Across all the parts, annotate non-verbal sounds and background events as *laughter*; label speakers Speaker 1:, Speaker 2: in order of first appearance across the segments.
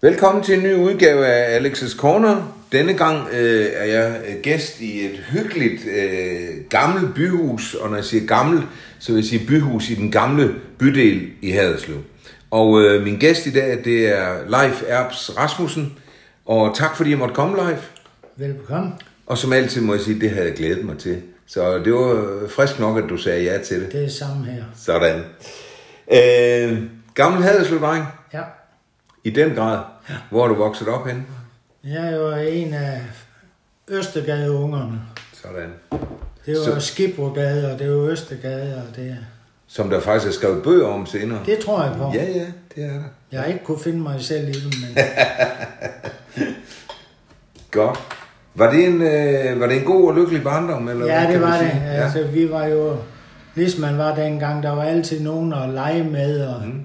Speaker 1: Velkommen til en ny udgave af Alex's Corner. Denne gang øh, er jeg øh, gæst i et hyggeligt øh, gammelt byhus, og når jeg siger gammelt, så vil jeg sige byhus i den gamle bydel i Haderslev. Og øh, min gæst i dag, det er Leif Erbs Rasmussen, og tak fordi jeg måtte komme, Leif.
Speaker 2: Velbekomme.
Speaker 1: Og som altid må jeg sige, det havde jeg glædet mig til. Så det var øh, frisk nok, at du sagde ja til det.
Speaker 2: Det er samme her.
Speaker 1: Sådan. Øh, gammel Haderslev, dreng.
Speaker 2: Ja.
Speaker 1: I den grad. Hvor er du vokset op henne?
Speaker 2: Jeg er jo en af Østergadeungerne.
Speaker 1: Sådan.
Speaker 2: Det var
Speaker 1: Så-
Speaker 2: jo Skibbrogade, og det var Østergade, og det,
Speaker 1: Som der faktisk er skrevet bøger om senere.
Speaker 2: det tror jeg på.
Speaker 1: Ja, ja, det er der.
Speaker 2: Jeg har ikke kunne finde mig selv i det, men
Speaker 1: Godt. Var det en, øh, var det en god og lykkelig barndom? Eller hvad
Speaker 2: ja,
Speaker 1: kan
Speaker 2: det
Speaker 1: man
Speaker 2: var det.
Speaker 1: sige?
Speaker 2: Altså, vi var jo, ligesom man var dengang, der var altid nogen at lege med, og,
Speaker 1: Mhm.
Speaker 2: mm.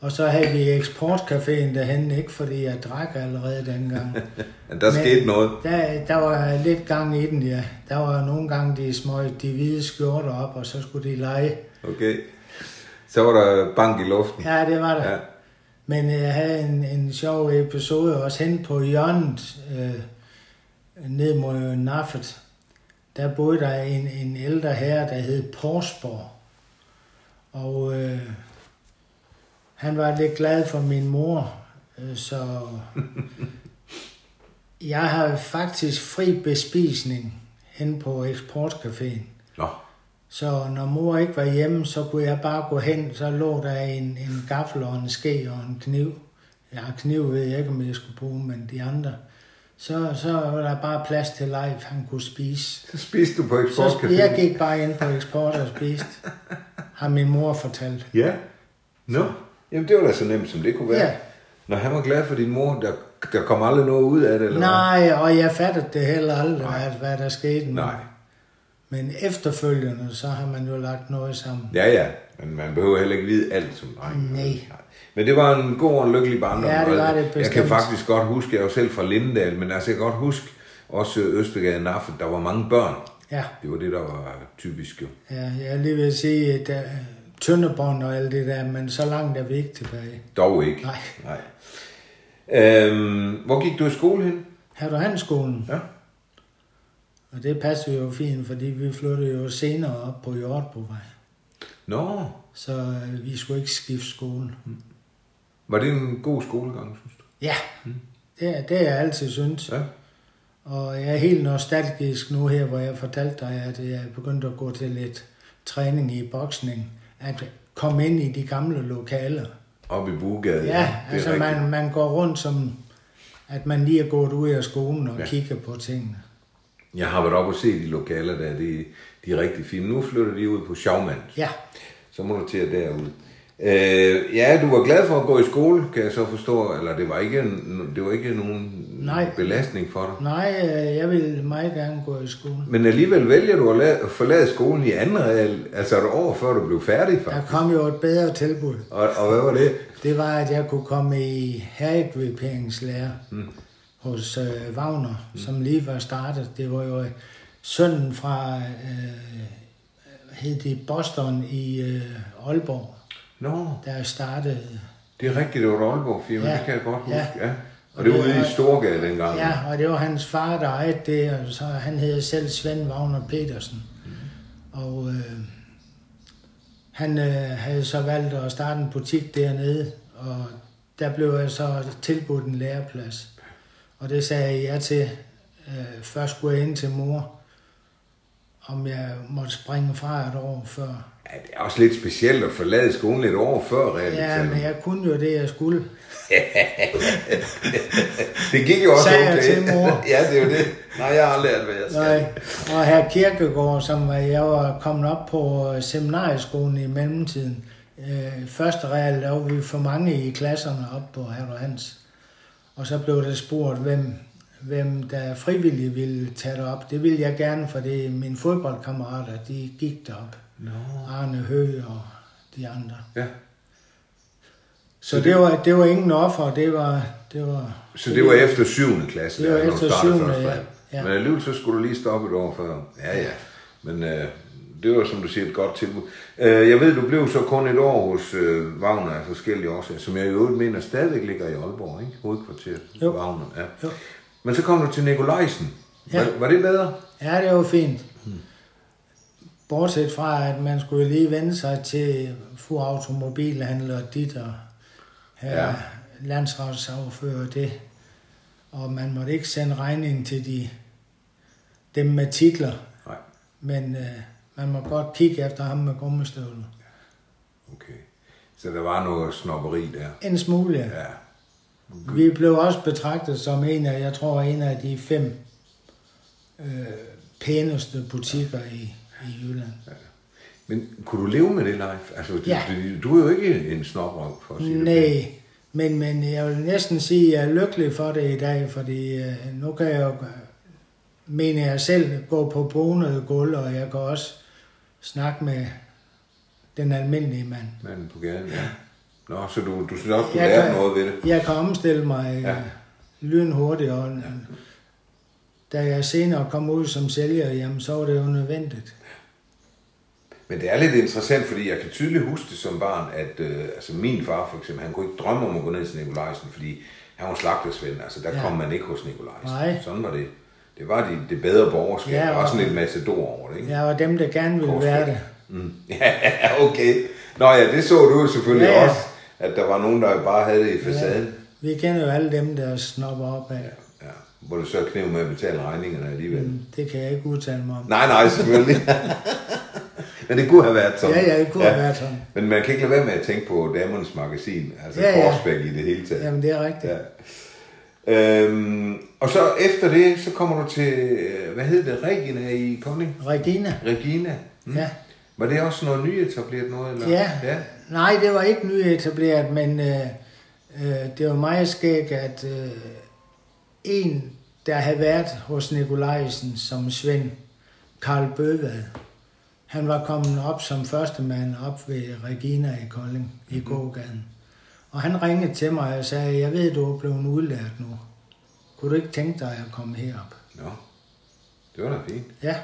Speaker 2: og så havde vi eksportcaféen derhen, ikke fordi jeg drak allerede dengang.
Speaker 1: Ja. *laughs* Der
Speaker 2: Men-
Speaker 1: skete noget.
Speaker 2: Der, der var lidt gang i den, ja. Der var nogle gange de små, de hvide skjorter op, og så skulle de lege.
Speaker 1: Okay. Så var der bank i luften.
Speaker 2: Ja, det var det.
Speaker 1: Ja.
Speaker 2: Ja. Men øh, jeg havde en, en sjov episode også hen på hjørnet, øh, ned mod Naffet. Der boede der en, en ældre herre, der hed Porsborg. Og øh, han var lidt glad for min mor, øh, så
Speaker 1: *laughs*
Speaker 2: jeg har faktisk fri bespisning hen på eksportcaféen.
Speaker 1: Nå,
Speaker 2: Så når mor ikke var hjemme, så kunne jeg bare gå hen, så lå der en, en gaffel og en ske og en kniv. Ja, kniv ved jeg ikke, om jeg skulle bruge, men de andre. Så, så var der bare plads til Leif, han kunne spise.
Speaker 1: så spiste du på
Speaker 2: Så sp-
Speaker 1: eksportcaféen.
Speaker 2: jeg gik bare ind på eksport og
Speaker 1: *laughs*
Speaker 2: spiste, har min mor fortalt.
Speaker 1: Ja. Nå. Jamen, det var da så nemt, som det kunne være.
Speaker 2: Ja.
Speaker 1: Når han var glad for din mor, der, der kom aldrig noget ud af det? Eller hvad?
Speaker 2: Nej, og jeg fattede det heller aldrig, at, hvad der skete. men-
Speaker 1: Nej.
Speaker 2: Men efterfølgende, så har man jo lagt noget sammen.
Speaker 1: Ja, ja. Men man behøver heller ikke vide alt som dreng.
Speaker 2: Nej.
Speaker 1: Men det var en god og en lykkelig barndom.
Speaker 2: Ja, det var
Speaker 1: og
Speaker 2: det
Speaker 1: Jeg kan
Speaker 2: bestemt.
Speaker 1: faktisk godt huske, jeg er jo selv fra Lindedal, men altså jeg kan godt huske også Østergade Naffet, der var mange børn.
Speaker 2: Ja.
Speaker 1: Det var det, der var typisk jo.
Speaker 2: Ja, jeg er lige ved at sige, at uh, Tønderborn og alt det der, men så langt er vi ikke tilbage.
Speaker 1: Dog ikke.
Speaker 2: Nej.
Speaker 1: Nej. Øhm, hvor gik du i skole hen?
Speaker 2: Her du handskolen,
Speaker 1: Ja.
Speaker 2: og det passede jo fint, fordi vi flyttede jo senere op på Hjortbovej.
Speaker 1: Nå,
Speaker 2: Så øh, vi skulle ikke skifte skole.
Speaker 1: var det en god skolegang, synes du?
Speaker 2: Ja, det, det har jeg altid syntes.
Speaker 1: Ja.
Speaker 2: Og jeg er helt nostalgisk nu her, hvor jeg fortalte dig, at jeg begyndte at gå til lidt træning i boksning. At komme ind i de gamle lokaler.
Speaker 1: Oppe i Bugade.
Speaker 2: Ja,
Speaker 1: det er
Speaker 2: altså
Speaker 1: rigtigt.
Speaker 2: man, man går rundt som, at man lige er gået ud af skolen og
Speaker 1: Ja.
Speaker 2: ja. kigger på tingene.
Speaker 1: Jeg har været oppe og set de lokaler der, de, de er rigtig fine. Nu flytter de ud på Schaumann.
Speaker 2: Ja,
Speaker 1: Så må du til at derud. Øh, ja, du var glad for at gå i skole, kan jeg så forstå. Eller det var ikke, en- det var ikke nogen
Speaker 2: Nej.
Speaker 1: belastning for dig.
Speaker 2: nej, øh, jeg vil meget gerne gå i skole.
Speaker 1: Men alligevel vælger du at la- forlade skolen i anden real, altså et år før du blev færdig.
Speaker 2: Der
Speaker 1: For.
Speaker 2: kom jo et bedre tilbud.
Speaker 1: Og, og hvad var det?
Speaker 2: Det var, at jeg kunne komme i herregviperingslære mm. hos øh, Wagner, mm. som lige var startet. Det var jo øh, sønnen fra, øh, hed det Boston i øh, Aalborg,
Speaker 1: Nå,
Speaker 2: der startede.
Speaker 1: det er rigtigt, det var et Aalborg firma, ja.
Speaker 2: Ja,
Speaker 1: det kan jeg godt huske.
Speaker 2: ja.
Speaker 1: Ja. Ja. Og det var ude i Storgade dengang.
Speaker 2: Ja, og det var hans far, der ejede det, og så han hed selv Svend Wagner Petersen. Og øh, han øh, havde så valgt at starte en butik dernede, og der blev jeg så tilbudt en læreplads. Og det sagde jeg ja til. Øh, først skulle jeg ind til mor, om jeg måtte springe fra et år før.
Speaker 1: Ja, det er også lidt specielt at forlade skolen et år før
Speaker 2: Ja,
Speaker 1: realiteten.
Speaker 2: men
Speaker 1: Ja,
Speaker 2: jeg kunne jo det, jeg skulle.
Speaker 1: det gik jo også
Speaker 2: Sagde jeg
Speaker 1: okay.
Speaker 2: til mor.
Speaker 1: *laughs* ja, det er jo det. Nej, jeg har lært, hvad jeg skal.
Speaker 2: Nej, og herr Kirkegaard, som var- jeg var kommet op på øh, seminarieskolen i mellemtiden. Øh, første real, der var vi for mange i klasserne op på herr Hans. Og så blev det spurgt, hvem, hvem der frivilligt ville tage det op. Det ville jeg gerne, for det er mine fodboldkammerater, de gik derop.
Speaker 1: Nå.
Speaker 2: Arne Høgh og de andre.
Speaker 1: Ja.
Speaker 2: Så det var, det var ingen offer, det var... Det var
Speaker 1: Så det var efter 7. klasse,
Speaker 2: Det var
Speaker 1: der, når du
Speaker 2: efter
Speaker 1: startede
Speaker 2: syvende,
Speaker 1: første
Speaker 2: ja.
Speaker 1: dag.
Speaker 2: Ja.
Speaker 1: Men alligevel så skulle du lige stoppe et år før. Ja, ja. Men øh, det var, som du siger, et godt tilbud. Øh, jeg ved, du blev så kun et år hos øh, Wagner af forskellige årsager, som jeg i øvrigt mener stadigvæk ligger i Aalborg, ikke? Hovedkvarteret.
Speaker 2: Jo.
Speaker 1: Wagner, ja.
Speaker 2: Jo.
Speaker 1: Men så kom du til Nikolajsen.
Speaker 2: Ja.
Speaker 1: Var, var det bedre?
Speaker 2: Ja, det var fint. Bortset fra, at man skulle lige vende sig til få automobilhandler dit og her
Speaker 1: Ja.
Speaker 2: ja. landsretsafører det. Og man måtte ikke sende regningen til de, dem med titler,
Speaker 1: Nej.
Speaker 2: men øh, man må godt kigge efter ham med gummistøvler.
Speaker 1: Okay. Så der var noget snopperi der.
Speaker 2: En smule. Ja.
Speaker 1: Ja.
Speaker 2: Vi blev også betragtet som en af, jeg tror, en af de fem øh, pæneste butikker i, i Jylland.
Speaker 1: Men kunne du leve med det, Leif? Altså, du,
Speaker 2: Ja.
Speaker 1: du, du er jo ikke en snobrok, for at sige det.
Speaker 2: Nej, men, men jeg vil næsten sige, at jeg er lykkelig for det i dag, fordi øh, nu kan jeg jo, øh, mener jeg selv, gå på bonede gulv, og jeg kan også snakke med den almindelige mand.
Speaker 1: Manden på gaden, ja. Nå, så du, du synes også, du
Speaker 2: Jeg
Speaker 1: lærte
Speaker 2: kan-
Speaker 1: noget ved det.
Speaker 2: Jeg kan omstille mig
Speaker 1: Ja.
Speaker 2: ja. lynhurtigt, og øh, da jeg senere kom ud som sælger, jamen, så var det jo nødvendigt.
Speaker 1: Men det er lidt interessant, fordi jeg kan tydeligt huske det som barn, at øh, altså min far for eksempel, han kunne ikke drømme om at gå ned til Nikolajsen, fordi han var slagtersven. Altså, der ja.
Speaker 2: Ja.
Speaker 1: kom man ikke hos Nikolajsen.
Speaker 2: Nej.
Speaker 1: Sådan var det. Det var det, det bedre borgerskab.
Speaker 2: Ja,
Speaker 1: Ja, og også
Speaker 2: og-
Speaker 1: lidt matador over det, ikke?
Speaker 2: Jeg var dem, der gerne ville
Speaker 1: Korsbæk.
Speaker 2: være det.
Speaker 1: Mm. *laughs* Ja, okay. Nå ja, det så du jo selvfølgelig
Speaker 2: Ja,
Speaker 1: ja,
Speaker 2: ja.
Speaker 1: ja. også, at der var nogen, der bare havde det i facaden.
Speaker 2: Vi kender jo alle dem, der snopper op af.
Speaker 1: Ja. ja. Hvor du så knev med at betale regningerne alligevel. Mm.
Speaker 2: Det kan jeg ikke udtale mig om.
Speaker 1: Nej, nej,
Speaker 2: *laughs*
Speaker 1: selvfølgelig. Men det kunne have været sådan.
Speaker 2: Ja, ja, det kunne ja. have været sådan.
Speaker 1: Men man kan ikke lade være med at tænke på Damernes Magasin, altså ja,
Speaker 2: Ja,
Speaker 1: ja.
Speaker 2: ja.
Speaker 1: Korsbæk i det hele taget.
Speaker 2: Jamen, det er rigtigt.
Speaker 1: Ja. Øhm, og så efter det, så kommer du til, øh, hvad hed det, Regina i Kolding?
Speaker 2: Regina?
Speaker 1: Regina. Mm.
Speaker 2: Ja.
Speaker 1: Var det også noget nyetableret noget? Eller?
Speaker 2: Ja.
Speaker 1: ja.
Speaker 2: Nej, det var ikke nyetableret, men øh, øh, det var meget skægt, at øh, en, der havde været hos Nikolajsen som Svend, Karl Bøvad, han var kommet op som førstemand op ved Regina i Kolding, i
Speaker 1: Mhm.
Speaker 2: mm-hmm. gågaden. Og han ringede til mig og sagde, jeg ved, du er blevet udlært nu. Kunne du ikke tænke dig at komme herop?
Speaker 1: Nå, det var da fint.
Speaker 2: Ja,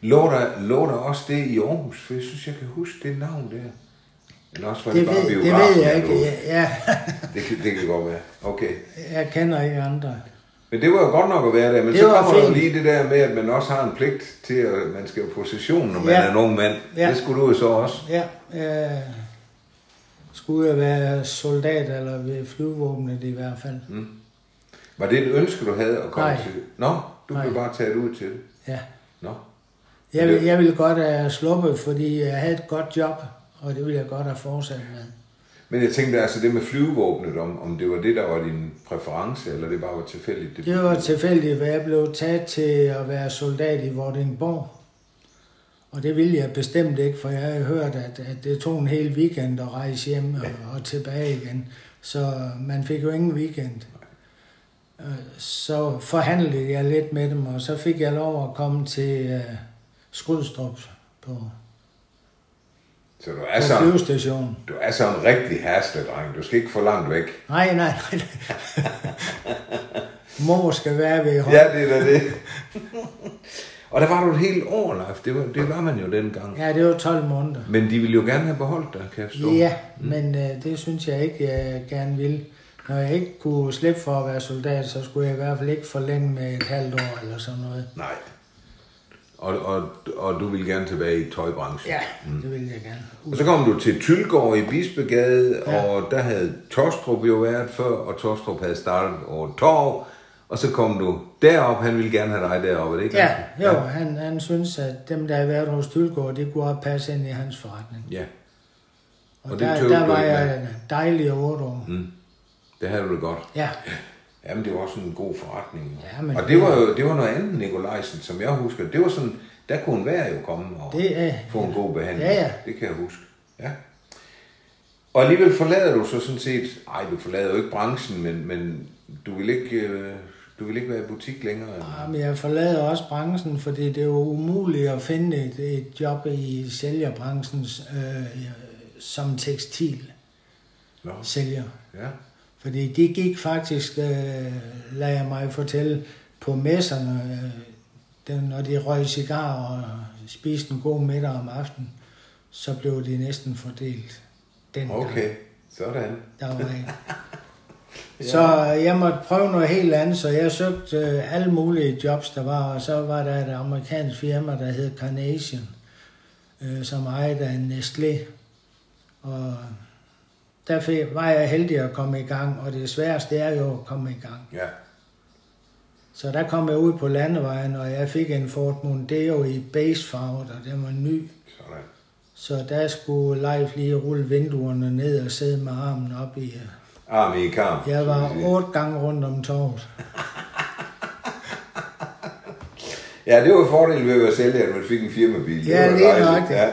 Speaker 1: Lå der, lå der også det i Aarhus? For jeg synes, jeg kan huske det navn der. Eller også var det,
Speaker 2: det,
Speaker 1: bare
Speaker 2: ved, det
Speaker 1: biografen,
Speaker 2: ved jeg
Speaker 1: der lå.
Speaker 2: ikke. Ja, ja.
Speaker 1: Det, kan, det kan godt være. Okay.
Speaker 2: jeg *laughs* kender ikke andre.
Speaker 1: Men det var jo godt nok at være der, men
Speaker 2: Det
Speaker 1: så
Speaker 2: var
Speaker 1: kommer der jo
Speaker 2: fint.
Speaker 1: lige det der med, at man også har en pligt til, at man skal jo på session, når man
Speaker 2: Ja.
Speaker 1: er en ung mand.
Speaker 2: Ja.
Speaker 1: Det skulle du jo så også.
Speaker 2: Ja, øh, skulle jeg være soldat eller ved flyvåbnet i hvert fald. Mm.
Speaker 1: Var det et ønske, du havde at komme
Speaker 2: Nej.
Speaker 1: til? Nå, du
Speaker 2: Nej.
Speaker 1: blev bare taget ud til det.
Speaker 2: Ja.
Speaker 1: Nå.
Speaker 2: Jeg, vil- jeg ville godt have sluppet, fordi jeg havde et godt job, og det ville jeg godt have fortsat med.
Speaker 1: Men jeg tænkte altså det med flyvevåbnet, om, om det var det, der var din præference, eller det bare var tilfældigt.
Speaker 2: Det var tilfældigt, hvad jeg blev taget til at være soldat i Vordingborg. Og det ville jeg bestemt ikke, for jeg havde hørt, at, at det tog en hel weekend at rejse hjem og, og tilbage igen. Så man fik jo ingen weekend. Øh, Så forhandlede jeg lidt med dem, og så fik jeg lov at komme til uh, Skrydstrup på,
Speaker 1: Så du er,
Speaker 2: på
Speaker 1: sådan,
Speaker 2: flyvestationen.
Speaker 1: du er sådan en rigtig herstedreng. Du skal ikke for langt væk.
Speaker 2: Nej, nej, nej. Mor skal være ved hånden.
Speaker 1: Ja, det er da det. *laughs* Og der var du et helt år, Leif. Det var, det var man jo dengang.
Speaker 2: Ja, det var 12 måneder.
Speaker 1: Men de ville jo gerne have beholdt dig, kan jeg forstå.
Speaker 2: Ja, men øh, det synes jeg ikke, jeg gerne ville. Når jeg ikke kunne slippe for at være soldat, så skulle jeg i hvert fald ikke forlænge med et halvt år eller sådan noget.
Speaker 1: Nej. Og, og, og du ville gerne tilbage i tøjbranchen.
Speaker 2: Ja, Mm. det ville jeg gerne.
Speaker 1: Og så kom du til Tylgård i Bispegade, ja. og der havde Tostrup jo været før, og Tostrup havde startet over et torv, og så kom du derop, han ville gerne have dig derop, er det ikke?
Speaker 2: Ja,
Speaker 1: rigtigt?
Speaker 2: jo, han, han synes, at dem, der har været hos Tylgaard, det kunne også passe ind i hans forretning.
Speaker 1: Ja,
Speaker 2: Og,
Speaker 1: Og
Speaker 2: og
Speaker 1: det
Speaker 2: der,
Speaker 1: tøvede du
Speaker 2: der var
Speaker 1: ikke
Speaker 2: jeg dejlig otte år. Mm.
Speaker 1: det havde du det godt.
Speaker 2: Ja,
Speaker 1: Jamen, det var også en god forretning.
Speaker 2: Ja, men-
Speaker 1: og det var jo det var noget andet, Nikolajsen, som jeg husker. Det var sådan, der kunne enhver jo komme og
Speaker 2: Det er-
Speaker 1: få en god behandling.
Speaker 2: Ja, ja.
Speaker 1: Det kan jeg huske. Ja. Og alligevel forlader du så sådan set, nej, du forlader jo ikke branchen, men, men du, vil ikke, øh, du vil ikke være i butik længere.
Speaker 2: men jeg forlader også branchen, fordi det er jo umuligt at finde et, et job i sælgerbranchen øh, som tekstil
Speaker 1: Nå,
Speaker 2: sælger.
Speaker 1: ja.
Speaker 2: Fordi de gik faktisk, øh, lader jeg mig fortælle, på messerne øh, den, når de røg cigar og spiste en god middag om aftenen, så blev det næsten fordelt. Den Gang.
Speaker 1: Okay, sådan.
Speaker 2: Der var ikke. Så øh, jeg måtte prøve noget helt andet, så jeg søgte øh, alle mulige jobs, der var, og så var der et amerikansk firma, der hed Carnation, øh, som ejede af Nestlé. Og der fik- var jeg heldig at komme i gang, og det sværeste er jo at komme i gang.
Speaker 1: Ja.
Speaker 2: Så der kom jeg ud på landevejen, og jeg fik en Ford Mondeo i basefarvet, og den var ny.
Speaker 1: Sådan.
Speaker 2: Så der skulle Leif lige rulle vinduerne ned og sidde med armen op i. øh,
Speaker 1: Arm i kamp.
Speaker 2: Jeg
Speaker 1: så
Speaker 2: var
Speaker 1: at sige.
Speaker 2: otte gange rundt om torvet.
Speaker 1: Ja, det var fordelen ved at være sælger, at man fik en firmabil.
Speaker 2: Ja,
Speaker 1: det var
Speaker 2: lige
Speaker 1: dejligt.
Speaker 2: nøjagtigt.
Speaker 1: Ja.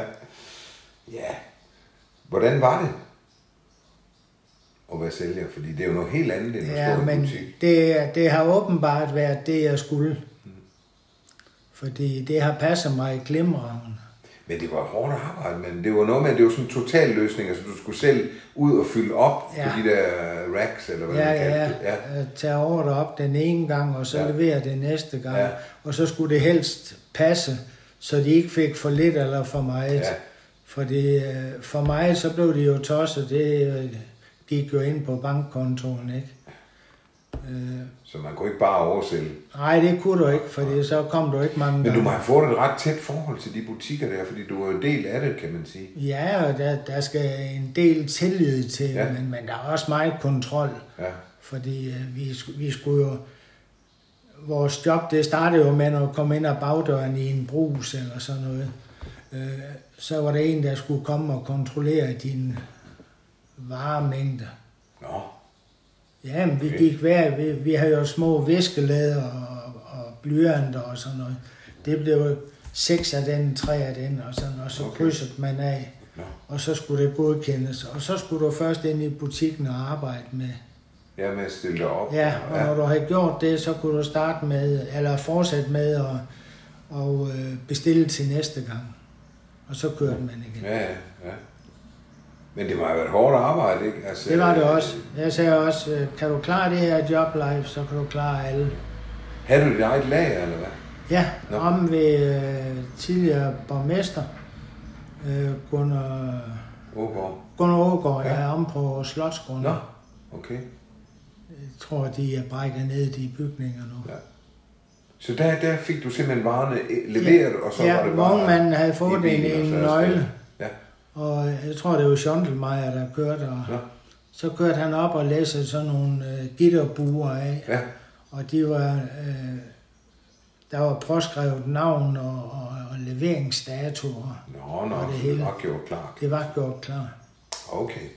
Speaker 1: ja. Hvordan var det at være sælger? Fordi det er jo noget helt andet end at
Speaker 2: Ja,
Speaker 1: stå i en
Speaker 2: men
Speaker 1: butik.
Speaker 2: det, det har åbenbart været det, jeg skulle. Fordi det har passet mig i glimragende.
Speaker 1: Men det var hårdt arbejde, men det var noget med, at det var sådan en total løsning. Altså, du skulle selv ud og fylde op ja.
Speaker 2: Ja.
Speaker 1: på de der racks, eller hvad
Speaker 2: Ja,
Speaker 1: man kaldte
Speaker 2: ja,
Speaker 1: det. Ja.
Speaker 2: ja. Tage ordre op den ene gang, og så
Speaker 1: Ja.
Speaker 2: ja. levere det næste gang.
Speaker 1: Ja.
Speaker 2: Ja. Og så skulle det helst passe, så de ikke fik for lidt eller for meget.
Speaker 1: Ja.
Speaker 2: Ja. Fordi øh, for mig, så blev det jo tosset. Det øh, gik jo ind på bankkontoen, ikke? Øh,
Speaker 1: Så man kunne ikke bare oversælge.
Speaker 2: nej, det kunne du ikke, fordi så kom du ikke mange
Speaker 1: Men du må have fået et ret tæt forhold til de butikker der, fordi du var jo en del af det, kan man sige.
Speaker 2: Ja, og der, der skal en del tillid til,
Speaker 1: Ja.
Speaker 2: ja. men, men der er også meget kontrol,
Speaker 1: Ja,
Speaker 2: fordi øh, vi, sk- vi skulle jo... Vores job, det startede jo med at komme ind ad bagdøren i en brus eller sådan noget. Øh, så var der en, der skulle komme og kontrollere dine varemængder.
Speaker 1: nå,
Speaker 2: Ja, men vi
Speaker 1: Okay.
Speaker 2: gik hver, vi, vi havde jo små viskelæder og, og blyanter og sådan noget. Det blev jo seks af den, tre af den og sådan, og så
Speaker 1: Okay.
Speaker 2: okay. krydsede man af.
Speaker 1: nå.
Speaker 2: Og så skulle det godkendes, og så skulle du først ind i butikken og arbejde med.
Speaker 1: Ja, med at stille dig op.
Speaker 2: Ja, og når du havde gjort det, så kunne du starte med, eller fortsætte med at og øh, bestille til næste gang. Og så kørte man igen.
Speaker 1: Ja, ja, ja. Men det må have været hårdt arbejde, ikke? Altså,
Speaker 2: Det var det også. Jeg sagde også, øh, kan du klare det her job life, så kan du klare alle.
Speaker 1: Havde du dit eget lager, eller hvad?
Speaker 2: Ja,
Speaker 1: Nå.
Speaker 2: om ved øh, tidligere borgmester, øh, Gunnar,
Speaker 1: Ågaard?
Speaker 2: Gunnar Ågaard,
Speaker 1: Ja.
Speaker 2: ja. om på Slotsgrunden.
Speaker 1: Nå, okay.
Speaker 2: Jeg tror, de er brækket ned i de bygninger nu.
Speaker 1: Ja. Så der, der fik du simpelthen varerne eh, leveret, og så
Speaker 2: ja,
Speaker 1: var det bare...
Speaker 2: vognmanden havde
Speaker 1: i
Speaker 2: fået
Speaker 1: bilen, og
Speaker 2: en, en
Speaker 1: så afsted.
Speaker 2: nøgle,
Speaker 1: Ja,
Speaker 2: og jeg tror, det var Schondelmeier, der kørte, og
Speaker 1: nå,
Speaker 2: så kørte han op og læste sådan nogle øh, gitterbuer af,
Speaker 1: ja,
Speaker 2: og de var, øh, der var påskrevet navn og, og, og leveringsdatoer.
Speaker 1: nå, nå,
Speaker 2: Og det
Speaker 1: det
Speaker 2: hele.
Speaker 1: hele. nok gjort klart.
Speaker 2: Det var gjort klar.
Speaker 1: Okay.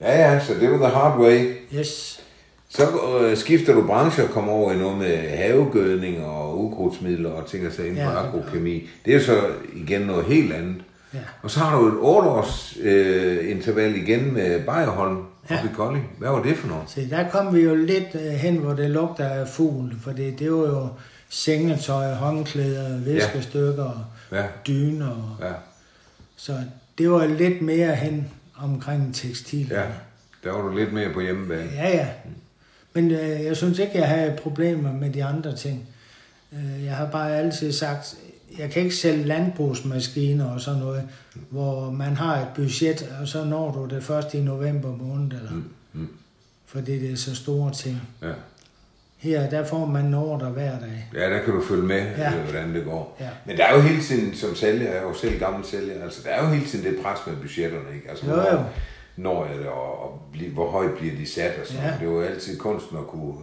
Speaker 1: Ja, ja, så det var the hard way.
Speaker 2: Yes.
Speaker 1: Så øh, skifter du branche og kommer over i noget med havegødning og ukrudtsmidler og ting og sager inden for
Speaker 2: Ja,
Speaker 1: agrokemi. Det er så igen noget helt andet.
Speaker 2: Ja.
Speaker 1: Og så har du et 8 års øh, interval igen med Bejerholm ja.
Speaker 2: Ja.
Speaker 1: oppe i Kolding. Hvad var det for noget?
Speaker 2: Se, der kom vi jo lidt øh, hen, hvor det lugter af fugl, for det, det var jo sengetøj, håndklæder, viskestykker, ja.
Speaker 1: Ja,
Speaker 2: dyner. Og,
Speaker 1: ja,
Speaker 2: Så det var lidt mere hen omkring tekstiler.
Speaker 1: ja. Der var du lidt mere på hjemmebane.
Speaker 2: Ja, ja. Men øh, jeg synes ikke, jeg havde problemer med de andre ting. Øh, jeg har bare altid sagt, jeg kan ikke sælge landbrugsmaskiner og sådan noget, hvor man har et budget, og så når du det først i november måned, eller, mm.
Speaker 1: Mm,
Speaker 2: fordi det er så store ting.
Speaker 1: ja.
Speaker 2: Her, der får man en ordre hver dag.
Speaker 1: ja, der kan du følge med,
Speaker 2: Ja.
Speaker 1: ja. hvordan det går.
Speaker 2: Ja.
Speaker 1: Men der er jo hele tiden, som sælger, jeg er jo selv gammel sælger, altså der er jo hele tiden det pres med budgetterne, ikke? Altså,
Speaker 2: Jo,
Speaker 1: hvornår-
Speaker 2: jo.
Speaker 1: når jeg det, og, og bli, hvor højt bliver de sat og sådan
Speaker 2: Ja.
Speaker 1: ja. Det var jo altid kunsten at kunne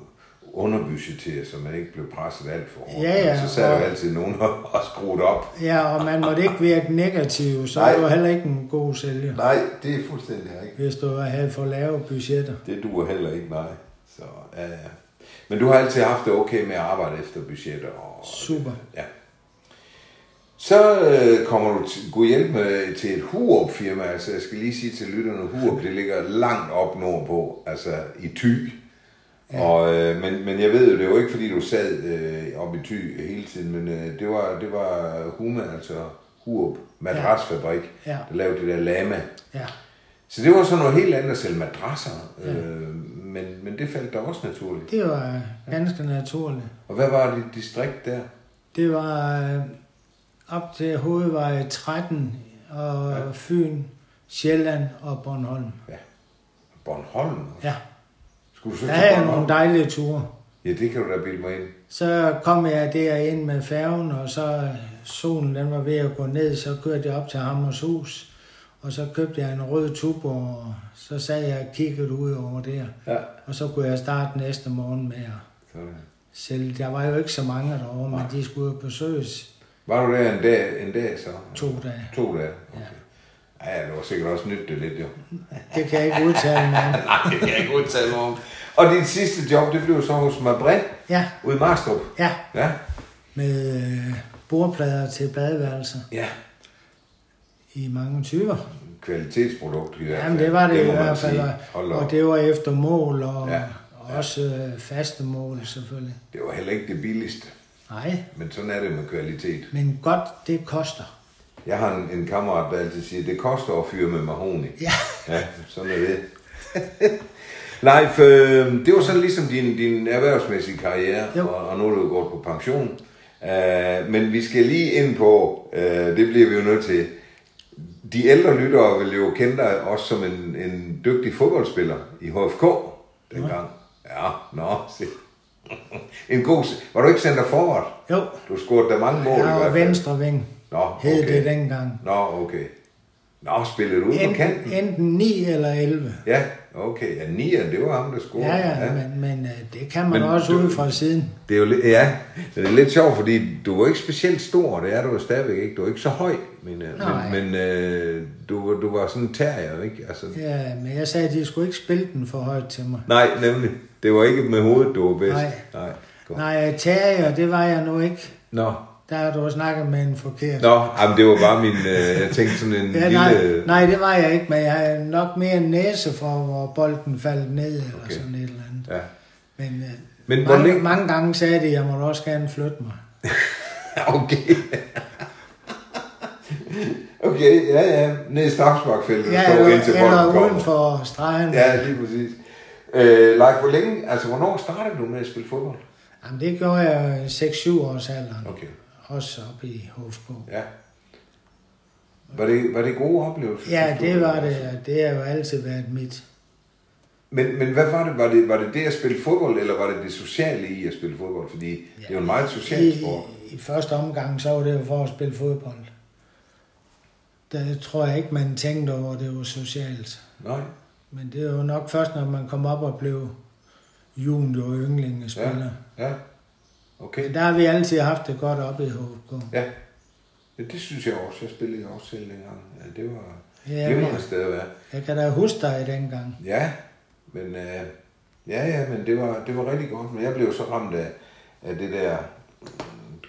Speaker 1: underbudgetere, så man ikke blev presset alt for hårdt.
Speaker 2: Ja, ja,
Speaker 1: Men Så sad der
Speaker 2: og-
Speaker 1: jo altid nogen og, og skruede op.
Speaker 2: Ja, og man måtte ikke virke negativ, så
Speaker 1: Nej.
Speaker 2: er du heller ikke en god sælger,
Speaker 1: Nej, det er fuldstændig rigtigt.
Speaker 2: hvis du havde for lave budgetter.
Speaker 1: Det duer heller ikke, nej. Så, ja, ja. Men du har altid haft det okay med at arbejde efter budgetter. Og,
Speaker 2: Super.
Speaker 1: Ja. Så øh, kommer du til, god hjælp med, til et Hurup-firma. Altså, jeg skal lige sige til lytterne, Hurup, det ligger langt op nordpå, altså i Thy. Ja. Og, øh, men, men jeg ved jo, det var ikke fordi, du sad øh, oppe i Thy hele tiden, men øh, det, var, det var Huma, altså Hurup Madrasfabrik,
Speaker 2: Ja.
Speaker 1: der lavede det der lama.
Speaker 2: Ja,
Speaker 1: Så det var sådan noget helt andet at sælge madrasser, øh, men, men det faldt der også naturligt.
Speaker 2: det var øh, ganske naturligt.
Speaker 1: Og hvad var dit distrikt der?
Speaker 2: Det var øh, op til hovedvej 13 og
Speaker 1: Ja.
Speaker 2: ja. Fyn, Sjælland og Bornholm.
Speaker 1: Bornholm?
Speaker 2: Ja,
Speaker 1: Skulle du så
Speaker 2: der
Speaker 1: til
Speaker 2: havde jeg
Speaker 1: Bornholm?
Speaker 2: nogle dejlige ture.
Speaker 1: Ja, det kan du da bilde mig ind.
Speaker 2: Så kom jeg derind med færgen, og så øh, solen den var ved at gå ned, så kørte jeg op til Hammers hus, og så købte jeg en rød tub, og så sad jeg og kiggede ud over der.
Speaker 1: Ja.
Speaker 2: Og så kunne jeg starte næste morgen med at
Speaker 1: Sådan.
Speaker 2: sælge. Der var jo ikke så mange derovre, men de skulle jo besøges
Speaker 1: Var du der en dag, en dag så?
Speaker 2: to dage.
Speaker 1: To dage? Okay. Ja. ja, du har sikkert også nyttet det lidt,
Speaker 2: *laughs*
Speaker 1: jo.
Speaker 2: Det kan jeg ikke udtale mig om.
Speaker 1: Nej, det kan jeg ikke udtale mig om. Og dit sidste job, det blev så hos Mabre
Speaker 2: Ja,
Speaker 1: ude i Marstrup.
Speaker 2: ja.
Speaker 1: Ja,
Speaker 2: Med øh, bordplader til badeværelser
Speaker 1: ja.
Speaker 2: i mange typer.
Speaker 1: Kvalitetsprodukt i hvert fald.
Speaker 2: Jamen, det var det, det i
Speaker 1: må man
Speaker 2: hvert fald.
Speaker 1: sige.
Speaker 2: og-
Speaker 1: Hold
Speaker 2: Og
Speaker 1: op.
Speaker 2: det var efter mål, og,
Speaker 1: Ja,
Speaker 2: ja. og også øh, faste mål, selvfølgelig.
Speaker 1: det var heller ikke det billigste.
Speaker 2: Nej,
Speaker 1: Men sådan er det med kvalitet.
Speaker 2: men godt, det koster.
Speaker 1: Jeg har en, en kammerat, der altid siger, det koster at fyre med mahoni.
Speaker 2: Ja.
Speaker 1: Ja, sådan er det. *laughs* Leif, øh, det var sådan ligesom din, din erhvervsmæssige karriere,
Speaker 2: Jo.
Speaker 1: og, og nu er du jo gået på pension. Øh, men vi skal lige ind på, øh, det bliver vi jo nødt til, de ældre lyttere vil jo kende dig også som en, en dygtig fodboldspiller i HFK dengang. Ja, nå, se. *laughs* en god... se- Var du ikke center forward?
Speaker 2: Jo,
Speaker 1: Du scorede da mange mål i
Speaker 2: jeg var
Speaker 1: hvert fald.
Speaker 2: venstre ving,
Speaker 1: Nå,
Speaker 2: hed
Speaker 1: okay.
Speaker 2: det dengang.
Speaker 1: Nå, okay. Nå, spillede du ud på
Speaker 2: Enten,
Speaker 1: kanten?
Speaker 2: enten 9 eller 11.
Speaker 1: Ja, okay. Ja, nieren, det var ham, der scorede.
Speaker 2: Ja, ja, men, men øh, det kan man
Speaker 1: Men
Speaker 2: også
Speaker 1: du-
Speaker 2: ud fra siden.
Speaker 1: Det er jo lidt, ja, det er lidt sjovt, fordi du var ikke specielt stor, det er du jo stadigvæk ikke. Du er ikke så høj, men, øh,
Speaker 2: Nej.
Speaker 1: men, men øh, du, var- du var sådan en terrier, ikke? Altså,
Speaker 2: Ja, men jeg sagde, at de skulle ikke spille den for højt til mig.
Speaker 1: Nej, nemlig. Det var ikke med hovedet, du var bedst.
Speaker 2: Nej.
Speaker 1: Nej. Godt.
Speaker 2: Nej, terrier, det var jeg nu ikke.
Speaker 1: Nå,
Speaker 2: Der har du snakket med en forkert.
Speaker 1: Nå jamen, det var bare min, øh, jeg tænkte sådan en
Speaker 2: Ja, nej,
Speaker 1: lille...
Speaker 2: nej, det var jeg ikke, men jeg havde nok mere en næse for, hvor bolden faldt ned eller
Speaker 1: Okay.
Speaker 2: sådan et eller andet.
Speaker 1: Ja. *laughs*
Speaker 2: Men, øh,
Speaker 1: Men hvor
Speaker 2: mange,
Speaker 1: længe-
Speaker 2: mange gange sagde de, at jeg måtte også gerne flytte mig.
Speaker 1: Okay. *laughs* okay, ja, ja. Ned i strafsparkfeltet.
Speaker 2: Ja,
Speaker 1: står
Speaker 2: eller,
Speaker 1: indtil bolden
Speaker 2: eller
Speaker 1: kommer.
Speaker 2: uden for stregen.
Speaker 1: Ja, lige præcis. Øh, Leif, hvor længe, altså hvornår startede du med at spille fodbold?
Speaker 2: Jamen, det gjorde jeg i 6-7 års alderen,
Speaker 1: Okay,
Speaker 2: også op i HFK.
Speaker 1: ja. Var det, var det gode oplevelser?
Speaker 2: Ja,
Speaker 1: synes du?
Speaker 2: det var det, og det har jo altid været mit.
Speaker 1: Men, men hvad var det? Var det, var det det at spille fodbold, eller var det det sociale i at spille fodbold? Fordi det er jo en meget social
Speaker 2: I,
Speaker 1: sport.
Speaker 2: I første omgang, så var det jo for at spille fodbold. Der tror jeg ikke, man tænkte over, at det var socialt.
Speaker 1: Nej,
Speaker 2: Men det er jo nok først, når man kom op og blev junior og yndlingespiller.
Speaker 1: ja,
Speaker 2: Ja.
Speaker 1: okay.
Speaker 2: Der har vi altid haft det godt op i HFK.
Speaker 1: Ja. ja, det synes jeg også. Jeg spillede også selv dengang. Ja, det var
Speaker 2: Ja,
Speaker 1: det var
Speaker 2: men-
Speaker 1: et sted at være.
Speaker 2: Jeg kan da huske dig dengang.
Speaker 1: Ja, men, øh, ja, ja, men det, var, det var rigtig godt. Men jeg blev så ramt af, af det der mm,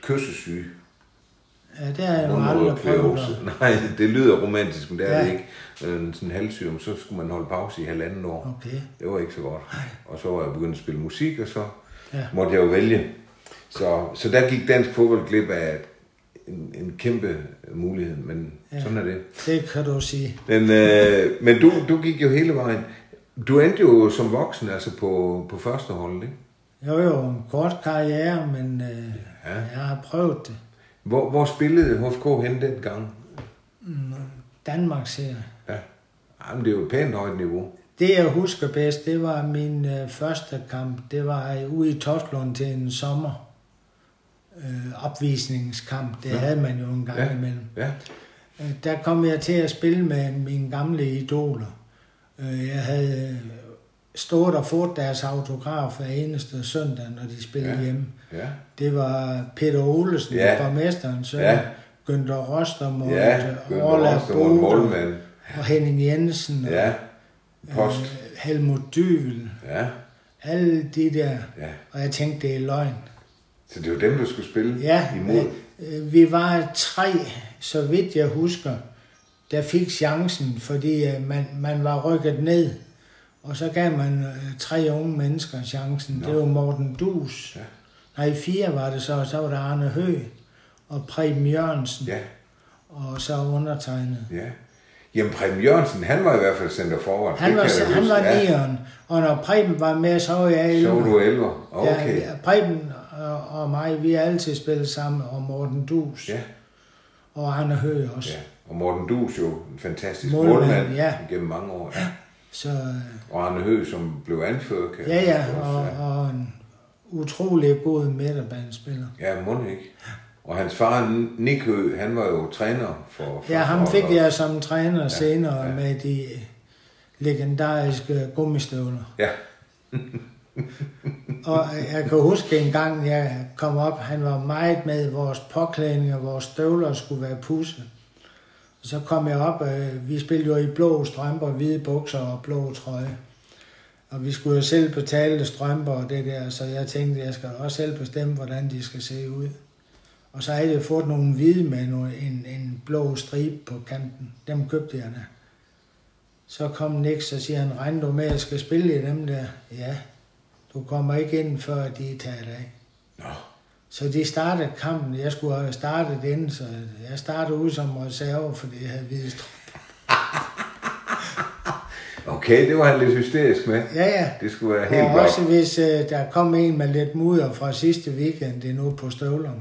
Speaker 1: kyssesyge.
Speaker 2: Ja, det har jeg jo aldrig prøvet.
Speaker 1: Mononucleose. *laughs* Nej, det lyder romantisk, men det er
Speaker 2: Ja.
Speaker 1: det ikke. Øh, sådan en halvsyge, så skulle man holde pause i halvanden år.
Speaker 2: Okay,
Speaker 1: Det var ikke så godt. Og så var jeg begyndt at spille musik, og så
Speaker 2: Ja.
Speaker 1: måtte jeg jo vælge. Så, så der gik dansk fodbold glip af en, en kæmpe mulighed, men ja. sådan er det.
Speaker 2: det kan du sige.
Speaker 1: Men, øh, men du, du gik jo hele vejen. Du endte jo som voksen, altså på, på første hold, ikke?
Speaker 2: Jeg var jo en kort karriere, men øh,
Speaker 1: Ja.
Speaker 2: ja. jeg har prøvet det.
Speaker 1: Hvor, hvor spillede HFK hen dengang?
Speaker 2: Danmark ser.
Speaker 1: Ja. Jamen, det er jo et pænt højt niveau.
Speaker 2: Det jeg husker bedst, det var min øh, første kamp. Det var øh, ude i Toftlund til en sommer øh, opvisningskamp. Det ja. havde man jo en gang
Speaker 1: Ja.
Speaker 2: ja. imellem.
Speaker 1: Ja,
Speaker 2: Øh, Der kom jeg til at spille med mine gamle idoler. Øh, Jeg havde øh, stået og fået deres autograf hver eneste søndag, når de spillede
Speaker 1: Ja.
Speaker 2: ja. hjemme.
Speaker 1: ja.
Speaker 2: Det var Peter Olesen,
Speaker 1: Ja.
Speaker 2: ja. borgmesteren, så
Speaker 1: Ja.
Speaker 2: ja. Günther Rostermund,
Speaker 1: Ja, Günther
Speaker 2: Orla
Speaker 1: Rostermund,
Speaker 2: Bode,
Speaker 1: målmand.
Speaker 2: og Henning Jensen, og
Speaker 1: Ja, post.
Speaker 2: øh, Helmut Dyvel,
Speaker 1: Ja,
Speaker 2: alle de der.
Speaker 1: ja.
Speaker 2: Og jeg tænkte, det er løgn.
Speaker 1: Så det var dem, du skulle spille
Speaker 2: Ja,
Speaker 1: imod.
Speaker 2: øh, øh, vi var tre, så vidt jeg husker, der fik chancen, fordi øh, man, man var rykket ned. Og så gav man øh, tre unge mennesker chancen.
Speaker 1: Nå.
Speaker 2: Det var Morten Dus.
Speaker 1: Ja.
Speaker 2: Nej, fire var det så, og så var der Arne Hø og Preben Jørgensen,
Speaker 1: Ja,
Speaker 2: og så undertegnet.
Speaker 1: ja. Jamen, Preben Jørgensen, han var i hvert fald center forward.
Speaker 2: Han
Speaker 1: Det
Speaker 2: var,
Speaker 1: kan jeg
Speaker 2: han
Speaker 1: huske.
Speaker 2: var nieren, og når Preben var med, så var jeg
Speaker 1: Ja. Så var
Speaker 2: 11.
Speaker 1: du 11. Okay.
Speaker 2: Ja, Preben og og, og mig, vi har altid spillet sammen, og Morten Dus,
Speaker 1: Ja,
Speaker 2: og Anna Høgh også.
Speaker 1: ja. Og Morten Dus jo en fantastisk
Speaker 2: Målmand,
Speaker 1: målmand
Speaker 2: ja.
Speaker 1: gennem mange år. Ja.
Speaker 2: Så øh,
Speaker 1: Og Arne Høgh, som blev anfører. Kan
Speaker 2: ja,
Speaker 1: jeg
Speaker 2: ja,
Speaker 1: huske også,
Speaker 2: og, og en utrolig god midterbanespiller.
Speaker 1: Ja, må ikke. Og hans far, Nick Høgh, han var jo træner for... for
Speaker 2: Ja, ham fik altså.
Speaker 1: for-
Speaker 2: jeg som træner ja, senere
Speaker 1: ja.
Speaker 2: ja. med de legendariske gummistøvler.
Speaker 1: Ja,
Speaker 2: Og jeg kan huske en gang, jeg kom op, han var meget med vores påklædning, og vores støvler skulle være pudset. Og så kom jeg op, øh, vi spillede jo i blå strømper, hvide bukser og blå trøje. Og vi skulle jo selv betale strømper og det der, så jeg tænkte, jeg skal også selv bestemme, hvordan de skal se ud. Og så havde jeg fået nogle hvide med nogle- en, en blå stribe på kanten. Dem købte jeg da. Så kom Nix og siger, han regner du med, at jeg skal spille i dem der? Ja, du kommer ikke ind, før de er taget af.
Speaker 1: Nå.
Speaker 2: Så de startede kampen. Jeg skulle have startet inden, så jeg startede ud som reserve, fordi jeg havde hvide strømper.
Speaker 1: okay, det var han lidt hysterisk med.
Speaker 2: Ja, ja.
Speaker 1: Det skulle være helt
Speaker 2: Og
Speaker 1: godt.
Speaker 2: også hvis øh, der kom en med lidt mudder fra sidste weekend, det er nu på støvlerne.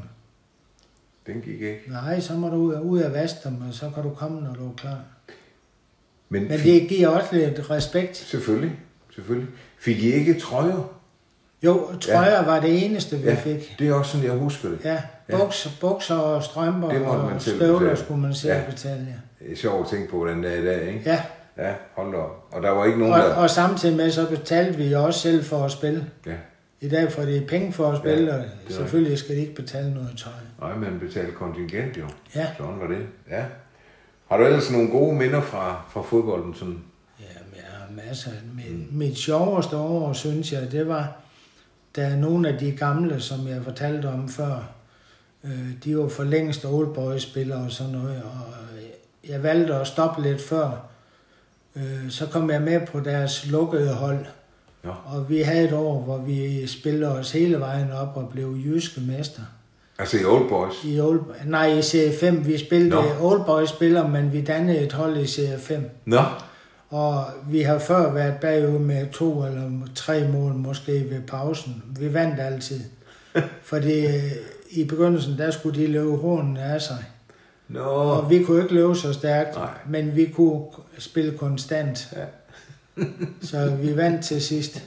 Speaker 1: Den gik ikke.
Speaker 2: Nej, så må du ud, ud og vaske dem, og så kan du komme, når du er klar.
Speaker 1: Men,
Speaker 2: Men
Speaker 1: fik-
Speaker 2: det giver også lidt respekt.
Speaker 1: Selvfølgelig, selvfølgelig. Fik I ikke trøjer?
Speaker 2: Jo, trøjer ja. var det eneste, vi ja. fik.
Speaker 1: det er også sådan, jeg husker det.
Speaker 2: Ja,
Speaker 1: Ja.
Speaker 2: bukser, bukser og strømper
Speaker 1: Det måtte man
Speaker 2: og
Speaker 1: selv
Speaker 2: støvler
Speaker 1: betale.
Speaker 2: skulle man selv
Speaker 1: Ja.
Speaker 2: ja. betale. ja.
Speaker 1: Det er sjovt at tænke på, hvordan det er i dag, ikke?
Speaker 2: Ja,
Speaker 1: Ja, hold da op. Og der var ikke nogen, der...
Speaker 2: og, og samtidig med, så betalte vi jo også selv for at spille.
Speaker 1: Ja,
Speaker 2: I dag får de penge for at spille,
Speaker 1: Ja,
Speaker 2: ja,
Speaker 1: det er
Speaker 2: og selvfølgelig skal de ikke betale noget tøj.
Speaker 1: nej, man betalte kontingent jo.
Speaker 2: Ja.
Speaker 1: Sådan var det, ja. Har du ellers nogle gode minder fra, fra fodbolden? Sådan?
Speaker 2: Jamen, jeg har masser.
Speaker 1: Mm.
Speaker 2: Mit, mit sjoveste år, synes jeg, det var, da nogle af de gamle, som jeg fortalte om før, øh, de var for længst oldboy-spillere og sådan noget, og øh, jeg valgte at stoppe lidt før. Øh, så kom jeg med på deres lukkede hold,
Speaker 1: Nå.
Speaker 2: og vi havde et år, hvor vi spillede os hele vejen op og blev jyske mester.
Speaker 1: Altså i Old Boys?
Speaker 2: I old, nej, i serie 5. Vi spillede
Speaker 1: Nå.
Speaker 2: no. oldboy-spillere, men vi dannede et hold i serie 5.
Speaker 1: Nå,
Speaker 2: Og vi har før været bagud med to eller tre mål måske ved pausen. Vi vandt altid.
Speaker 1: *laughs*
Speaker 2: Fordi øh, i begyndelsen, der skulle de løbe hornene af sig.
Speaker 1: nå.
Speaker 2: Og vi kunne ikke løbe så stærkt,
Speaker 1: Nej.
Speaker 2: men vi kunne k- spille konstant.
Speaker 1: Ja.
Speaker 2: *laughs* så vi vandt til sidst.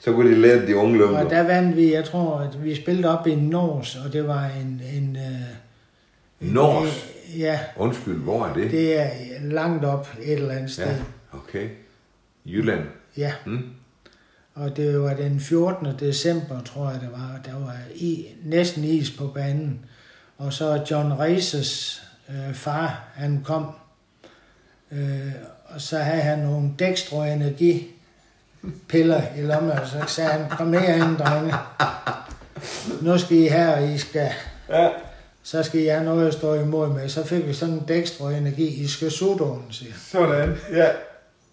Speaker 1: Så kunne de lære de unge
Speaker 2: Og
Speaker 1: lømler.
Speaker 2: der vandt vi, jeg tror, at vi spillede op i en Nors, og det var en... en øh,
Speaker 1: Nors?
Speaker 2: øh, ja,
Speaker 1: Undskyld, hvor er det?
Speaker 2: det er langt op et eller andet sted.
Speaker 1: Ja, okay. Jylland.
Speaker 2: ja.
Speaker 1: Mm.
Speaker 2: Og det var den 14. december, tror jeg det var, og der var i, næsten is på banen. Og så John Reeses øh, far, han kom, øh, og så havde han nogle dextro energipiller i lommen, og så sagde han, kom herinde, drenge. Nu skal I her, og I skal...
Speaker 1: Ja.
Speaker 2: Så skal I have noget at stå imod med. Så fik vi sådan en dextro energi. I skal sudoen, siger han.
Speaker 1: Sådan, ja.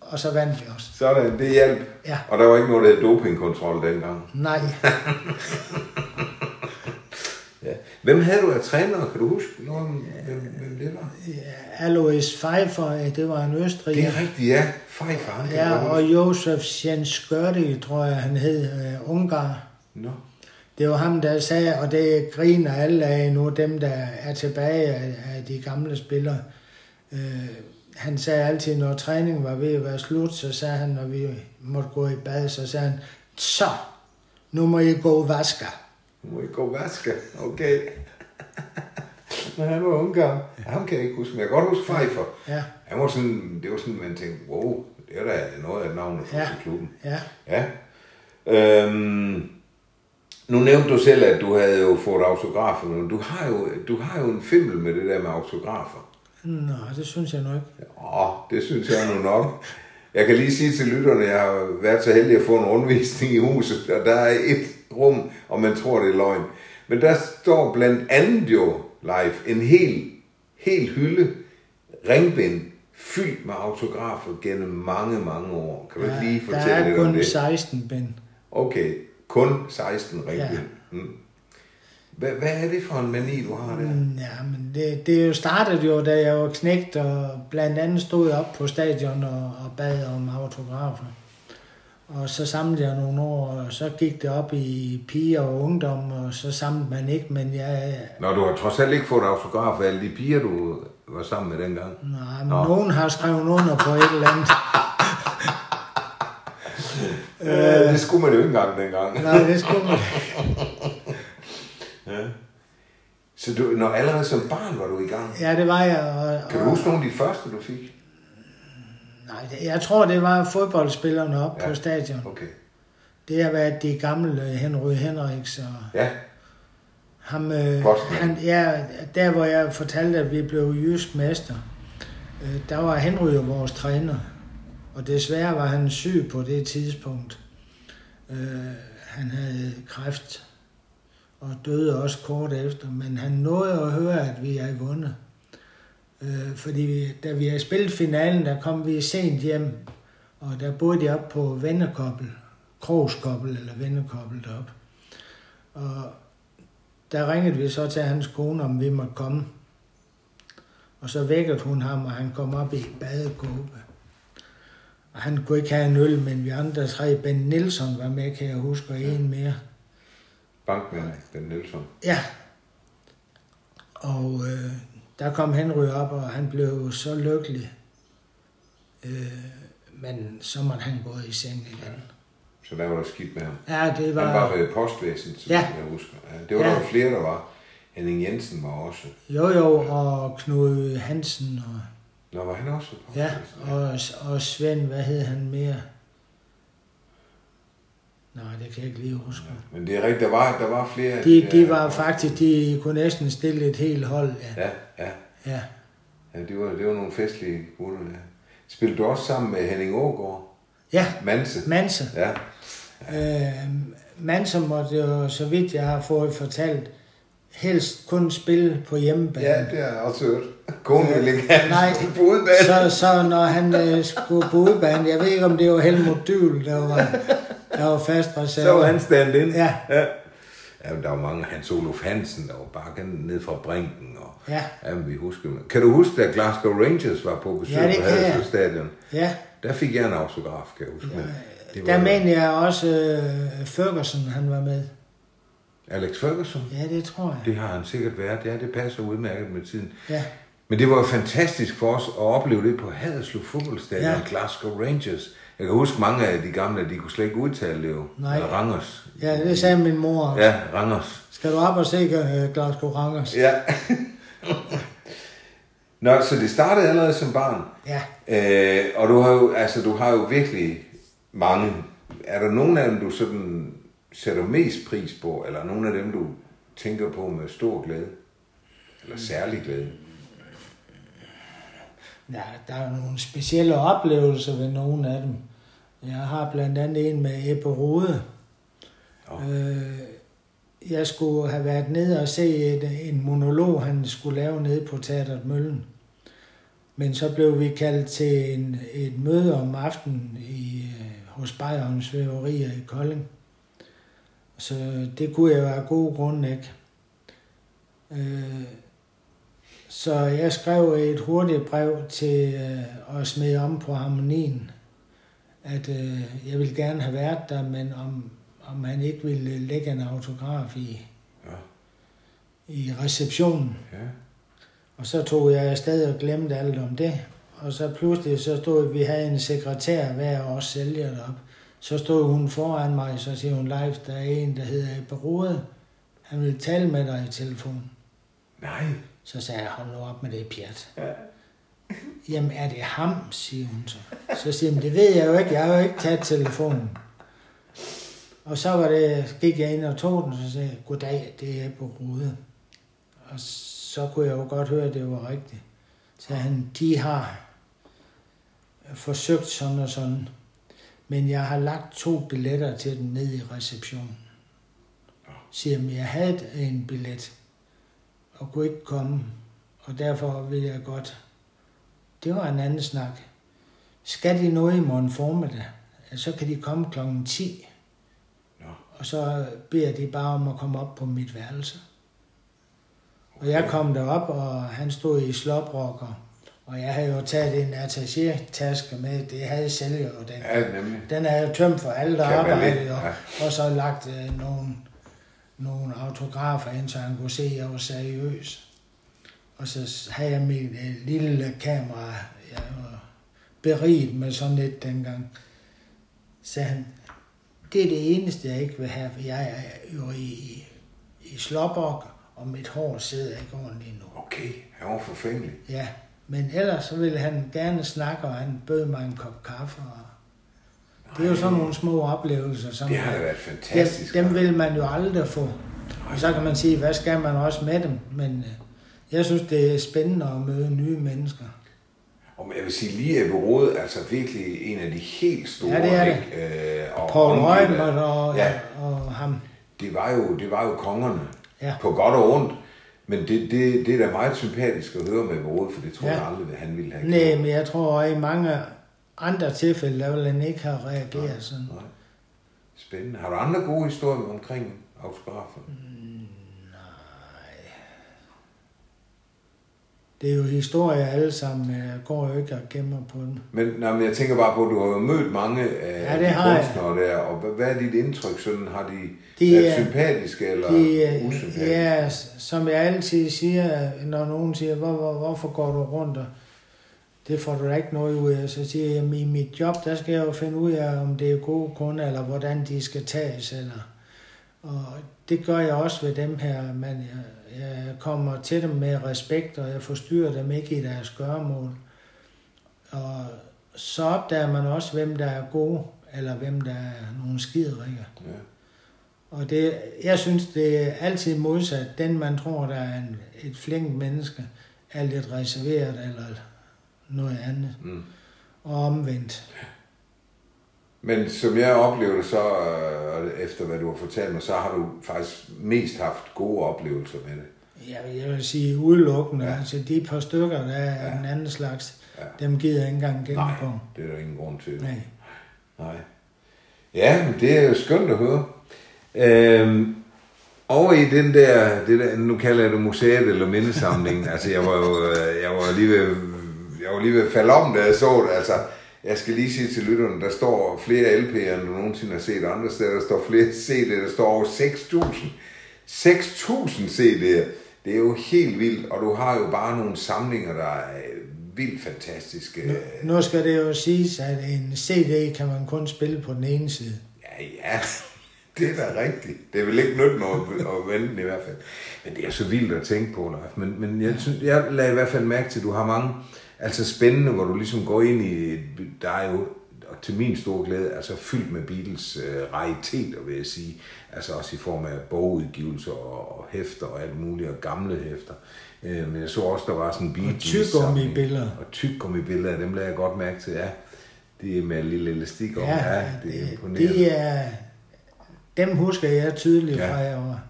Speaker 2: Og så vandt vi også.
Speaker 1: Sådan, det hjalp.
Speaker 2: Ja.
Speaker 1: Og der var ikke noget, der hed dopingkontrol dengang.
Speaker 2: Nej.
Speaker 1: Ja. Hvem havde du af træner, kan du huske? Nogen, hvem, hvem det var?
Speaker 2: Alois Pfeiffer, øh, det var en
Speaker 1: Det
Speaker 2: østriger.
Speaker 1: er rigtigt, ja. Pfeiffer, han
Speaker 2: Ja, og Josef Sjenskørdi, tror jeg, han hed, øh, Ungar.
Speaker 1: Nå.
Speaker 2: Det var ham, der sagde, og det griner alle af nu, dem der er tilbage af, af de gamle spillere. Øh, han sagde altid, når træningen var ved at være slut, så sagde han, når vi måtte gå i bad, så sagde han, så, nu må I gå og vaske.
Speaker 1: Nu må I gå vaske. Okay. *laughs* Men han var ungar. Ham kan jeg ikke huske, men jeg kan godt huske Pfeiffer.
Speaker 2: Ja,
Speaker 1: Han var sådan, det var sådan, man tænkte, wow, det er da noget af navnet fra
Speaker 2: Ja.
Speaker 1: ja. klubben.
Speaker 2: ja,
Speaker 1: Ja. Øhm, nu nævnte du selv, at du havde jo fået autografer, men du har jo, du har jo en fimmel med det der med autografer.
Speaker 2: nå, det synes jeg nu ikke.
Speaker 1: Åh, det synes jeg nu nok. Jeg kan lige sige til lytterne, at jeg har været så heldig at få en rundvisning i huset, og der er et rum, og man tror, det er løgn. Men der står blandt andet jo live en hel, hel hylde ringbind fyldt med autografer gennem mange, mange år. Kan du ikke lige
Speaker 2: der
Speaker 1: fortælle
Speaker 2: er
Speaker 1: lidt om
Speaker 2: kun
Speaker 1: det?
Speaker 2: 16 bind.
Speaker 1: Okay, kun 16 rigtigt.
Speaker 2: Ja.
Speaker 1: Ja. Mm. Hvad, hvad er det for en mani, du har der? Mm.
Speaker 2: Mm, Ja, men det, det jo startede jo, da jeg var knægt, og blandt andet stod jeg op på stadion og, og bad om autografer. Og så samlede jeg nogle år, og så gik det op i piger og ungdom, og så samlede man ikke, men jeg...
Speaker 1: Nå, du har trods alt ikke fået autograf af alle de piger, du var sammen med dengang.
Speaker 2: Nej, men
Speaker 1: Nå.
Speaker 2: nogen har skrevet under på et eller andet.
Speaker 1: Øh, det skulle man jo ikke engang dengang.
Speaker 2: Nej, det skulle man.
Speaker 1: Så du, når allerede som barn var du i gang.
Speaker 2: Ja, det var jeg. Og,
Speaker 1: Kan du huske nogle af de første, du fik?
Speaker 2: Nej, det- jeg tror, det var fodboldspillerne op
Speaker 1: Ja.
Speaker 2: ja. på stadion.
Speaker 1: Okay.
Speaker 2: Det har været de gamle øh, Henry Henriks og
Speaker 1: Ja,
Speaker 2: ham... Øh,
Speaker 1: Postmand.
Speaker 2: han, ja, der hvor jeg fortalte, at vi blev jysk mester, øh, der var Henry jo vores træner. Og desværre var han syg på det tidspunkt. Øh, han havde kræft og døde også kort efter, men han nåede at høre, at vi havde vundet. Øh, fordi vi, da vi havde spillet finalen, der kom vi sent hjem, og der boede de op på Vennekobbel, Krogskobbel eller Vennekobbel derop. Og der ringede vi så til hans kone, om vi måtte komme. Og så vækkede hun ham, og han kom op i badekåbe. Og han kunne ikke have en øl, men vi andre tre, Ben Nielsen var med, kan jeg huske, og en mere.
Speaker 1: bankmand, den Nielsen.
Speaker 2: Ja. Og øh, der kom Henry op, og han blev så lykkelig. Øh, men så måtte han gå i seng igen.
Speaker 1: Så der var der skidt med ham.
Speaker 2: Ja, det
Speaker 1: Han var
Speaker 2: var...
Speaker 1: ved postvæsenet, som
Speaker 2: Ja.
Speaker 1: jeg husker. Ja, det var
Speaker 2: Ja.
Speaker 1: der jo flere, der var. Henning Jensen var også.
Speaker 2: Jo, jo, og Knud Hansen og...
Speaker 1: Nå, var han også ved
Speaker 2: Ja,
Speaker 1: postvæsenet?
Speaker 2: og, og Svend, hvad hed han mere? Nej, det kan jeg ikke lige huske.
Speaker 1: Men det er rigtigt, der var, der var flere.
Speaker 2: De, de
Speaker 1: Ja,
Speaker 2: var faktisk, de kunne næsten stille et helt hold, ja.
Speaker 1: Ja, ja.
Speaker 2: ja.
Speaker 1: ja det, var, det var nogle festlige gutter, ja. Spillede du også sammen med Henning Ågaard?
Speaker 2: Ja,
Speaker 1: Manse?
Speaker 2: Manse.
Speaker 1: Ja.
Speaker 2: Øh, Manse måtte jo, så vidt jeg har fået fortalt, helst kun spille på hjemmebane.
Speaker 1: ja, det har jeg også hørt. Konen ville ikke have
Speaker 2: Nej,
Speaker 1: spille på udebane.
Speaker 2: så, så når han øh, skulle på udebane, jeg ved ikke om det var Helmut Dyvel, der var, der var fast reserve.
Speaker 1: Så var han stand-in.
Speaker 2: Ja.
Speaker 1: ja. Ja, men der var mange. Hans Olof Hansen, der var bakken ned fra Brinken. Og,
Speaker 2: Ja.
Speaker 1: ja men vi husker. Kan du huske, da Glasgow Rangers var på besøg
Speaker 2: Ja, det
Speaker 1: på
Speaker 2: kan jeg.
Speaker 1: Haderslev Stadion?
Speaker 2: Ja,
Speaker 1: Der fik jeg en autograf, kan jeg huske. Ja, det
Speaker 2: der mener jeg også øh, Ferguson, han var med.
Speaker 1: Alex Ferguson.
Speaker 2: Ja, det tror jeg.
Speaker 1: Det har han sikkert været. Ja, det passer udmærket med tiden.
Speaker 2: Ja,
Speaker 1: Men det var jo fantastisk for os at opleve det på Haderslev fodboldstadion, ja.
Speaker 2: Ja.
Speaker 1: Glasgow Rangers. Jeg kan huske, mange af de gamle, de kunne slet ikke udtale det jo.
Speaker 2: Nej.
Speaker 1: Eller Rangers.
Speaker 2: ja det sagde min mor. Ja.
Speaker 1: Ja, Rangers.
Speaker 2: Skal du op og se øh, Glasgow Rangers?
Speaker 1: Ja. Nå, så det startede allerede som barn.
Speaker 2: Ja.
Speaker 1: Øh, og du har jo, altså, du har jo virkelig mange. Er der nogen af dem, du sådan sætter mest pris på, eller nogen af dem, du tænker på med stor glæde? Eller særlig glæde?
Speaker 2: ja, der er nogle specielle oplevelser ved nogle af dem. Jeg har blandt andet en med Ebbe Rode.
Speaker 1: Nå.
Speaker 2: Øh, jeg skulle have været nede og se et, en monolog, han skulle lave nede på Teateret Møllen. Men så blev vi kaldt til en, et møde om aftenen i, øh, hos Bayerns Svæverier i Kolding. Så det kunne jeg jo af gode grunde ikke. Øh, så jeg skrev et hurtigt brev til øh, at smide om på harmonien, at øh, jeg ville gerne have været der, men om, om han ikke ville lægge en autograf i,
Speaker 1: Ja.
Speaker 2: i receptionen.
Speaker 1: Ja.
Speaker 2: Og så tog jeg afsted og glemte alt om det. Og så pludselig så stod, vi havde en sekretær hver og også sælger derop. Så stod hun foran mig, så siger hun live, der er en, der hedder Ebbe Rode. Han vil tale med dig i telefonen.
Speaker 1: Nej.
Speaker 2: Så sagde jeg, hold nu op med det pjat. Jamen, er det ham, siger hun så. Så siger jeg, det ved jeg jo ikke, jeg har jo ikke taget telefonen. Og så var det, gik jeg ind og tog den, så sagde jeg, goddag, det er på Rude. Og så kunne jeg jo godt høre, at det var rigtigt. Så han, de har forsøgt sådan og sådan, men jeg har lagt to billetter til den ned i receptionen. Siger, jeg, jeg havde en billet, og kunne ikke komme, og derfor vil jeg godt. Det var en anden snak. Skal de nå i morgen formiddag, så kan de komme kl. 10.
Speaker 1: Nå.
Speaker 2: Og så beder de bare om at komme op på mit værelse. Og jeg kom derop, og han stod i slåbrokker Og jeg havde jo taget en attaché-taske med, det havde sælger jo den.
Speaker 1: Ja, nemlig.
Speaker 2: Den er jo tømt for alle, der
Speaker 1: Kan man
Speaker 2: arbejdede,
Speaker 1: lidt,
Speaker 2: og, og så lagt øh, nogle, nogle autografer ind, så han kunne se, at jeg var seriøs. Og så havde jeg min øh, lille kamera, jeg var beriget med sådan lidt dengang. Så han, det er det eneste, jeg ikke vil have, for jeg er jo i, i slåbok, og mit hår sidder ikke ordentligt nu.
Speaker 1: Okay, han var forfængelig.
Speaker 2: Ja, men ellers så ville han gerne snakke, og han bød mig en kop kaffe. Og... Det er jo sådan nogle små oplevelser. Som
Speaker 1: Det har da været
Speaker 2: dem,
Speaker 1: fantastisk.
Speaker 2: dem vil man jo aldrig få. Og så kan man sige, hvad skal man også med dem? Men øh, jeg synes, det er spændende at møde nye mennesker.
Speaker 1: Og men jeg vil sige lige Ebbe Rode, altså virkelig en af de helt store.
Speaker 2: Ja, det er det.
Speaker 1: Ikke? Øh, og
Speaker 2: Paul
Speaker 1: omgivet af-
Speaker 2: Rømer og,
Speaker 1: Ja,
Speaker 2: ja. og ham.
Speaker 1: det var jo, det var jo kongerne.
Speaker 2: Ja.
Speaker 1: På godt og ondt. Men det, det, det er da meget sympatisk at høre med Ebbe Rode, for det tror
Speaker 2: Ja.
Speaker 1: jeg aldrig, at han ville have
Speaker 2: Nej, men jeg tror, at i mange andre tilfælde, der vil han ikke have reageret sådan.
Speaker 1: Nej. Spændende. Har du andre gode historier omkring autografer?
Speaker 2: Mm. Det er jo historier alle sammen, men jeg går jo ikke og gemmer på dem.
Speaker 1: Men, nej, men jeg tænker bare på, at du har jo mødt mange af
Speaker 2: Ja, det
Speaker 1: de
Speaker 2: har jeg.
Speaker 1: kunstnere der, og hvad, hvad er dit indtryk? Sådan, har de,
Speaker 2: De
Speaker 1: været
Speaker 2: er-
Speaker 1: sympatiske eller
Speaker 2: De, øh,
Speaker 1: usympatiske?
Speaker 2: ja, som jeg altid siger, når nogen siger, hvor, hvor, hvorfor går du rundt, og det får du da ikke noget ud af, så siger jeg, at i mit job, der skal jeg jo finde ud af, om det er gode kunder, eller hvordan de skal tages, eller... Og det gør jeg også ved dem her, men jeg, jeg kommer til dem med respekt, og jeg forstyrrer dem ikke i deres gøremål. Og så opdager man også, hvem der er gode, eller hvem der er nogle skiderikker.
Speaker 1: Ja.
Speaker 2: Og det, jeg synes, det er altid modsat. Den, man tror, der er en, et flink menneske, er lidt reserveret eller noget andet.
Speaker 1: Mm.
Speaker 2: Og omvendt.
Speaker 1: Men som jeg oplever det så, øh, og efter hvad du har fortalt mig, så har du faktisk mest haft gode oplevelser med det.
Speaker 2: Jeg, jeg vil sige udelukkende.
Speaker 1: Ja.
Speaker 2: Ja. Altså de par stykker, der er ja. den anden slags,
Speaker 1: Ja.
Speaker 2: dem gider jeg ikke engang
Speaker 1: Nej,
Speaker 2: gennemgå.
Speaker 1: det er der ingen grund til.
Speaker 2: Nej.
Speaker 1: Nej. Ja, men det er jo skønt at høre. Øhm, over i den der, det der, nu kalder jeg det museet eller mindesamlingen, altså jeg var jo øh, jeg var lige ved, jeg var lige ved at falde om, da jeg så det, altså jeg skal lige sige til lytterne, der står flere LP'er, end du nogensinde har set andre steder, der står flere CD'er, der står over 6.000. 6.000 CD'er, det er jo helt vildt, og du har jo bare nogle samlinger, der er øh, vildt fantastiske.
Speaker 2: Nu skal det jo siges, at en CD kan man kun spille på den ene side.
Speaker 1: Ja, ja. *laughs* Det er da rigtigt. Det vil ikke nytte noget at- at vente den i hvert fald. Men det er så vildt at tænke på, Leif. Men, men jeg, synes, jeg lagde i hvert fald mærke til, at du har mange altså spændende, hvor du ligesom går ind i... Der er jo og til min store glæde, altså fyldt med Beatles øh, rariteter, vil jeg sige. Altså også i form af bogudgivelser og, og hæfter og alt muligt, og gamle hæfter. Øh, men jeg så også, der var sådan en Bee Gees-samling.
Speaker 2: tykgummibilleder.
Speaker 1: Og tykgummibilleder, dem lagde jeg godt mærke til, ja. Det er med lille elastik om, ja, ja det er imponerende.
Speaker 2: det øh, er, dem husker jeg tydeligt
Speaker 1: Ja.
Speaker 2: ja. fra jeg var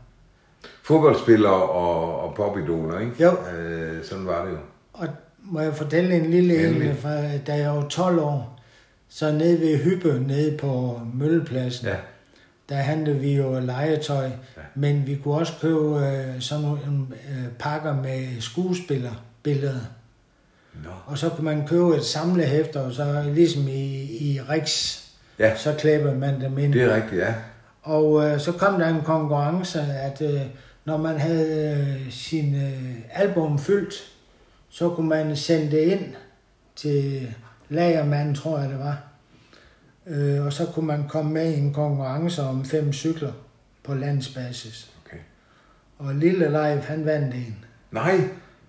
Speaker 1: Fodboldspillere og, og popidoler, ikke?
Speaker 2: Jo.
Speaker 1: Øh, sådan var det jo.
Speaker 2: Og må jeg fortælle en lille
Speaker 1: Endelig.
Speaker 2: en, fra, da jeg var 12 år, så nede ved Hyppe, nede på Møllepladsen,
Speaker 1: Ja.
Speaker 2: der handlede vi jo legetøj, ja. men vi kunne også købe øh, sådan nogle øh, pakker med skuespillerbilleder.
Speaker 1: Nå.
Speaker 2: Og så kunne man købe et samlehæfte, og så ligesom i, i Riks,
Speaker 1: Ja.
Speaker 2: så klæber man dem ind.
Speaker 1: Det er rigtigt, ja.
Speaker 2: Og øh, så kom der en konkurrence, at øh, når man havde øh, sin øh, album fyldt, så kunne man sende det ind til lagermanden, tror jeg det var. Øh, og så kunne man komme med i en konkurrence om fem cykler på landsbasis.
Speaker 1: Okay.
Speaker 2: Og Lille Leif, han vandt en.
Speaker 1: Nej,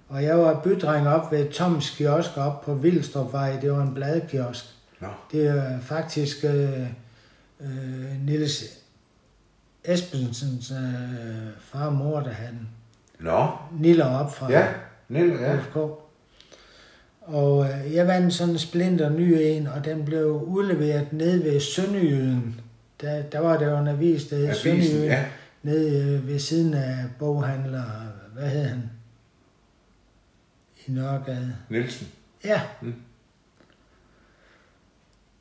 Speaker 2: Og jeg var bydreng op ved Toms kiosk op på Vildstrupvej. Det var en bladkiosk.
Speaker 1: Nå.
Speaker 2: Det er faktisk øh, øh, Niels Espensens øh, far og mor, der han
Speaker 1: Nå.
Speaker 2: niller op fra
Speaker 1: Ja, Niel, ja.
Speaker 2: FK. Og øh, jeg vandt sådan en splinter ny en, og den blev udleveret ned ved Sønderjyden. Der, der var der jo en avis, der hed
Speaker 1: Avisen,
Speaker 2: Sønderjyden,
Speaker 1: ja.
Speaker 2: nede øh, ved siden af boghandler, hvad hed han? I Nørregade.
Speaker 1: Nielsen.
Speaker 2: Ja.
Speaker 1: Mm.
Speaker 2: Mm.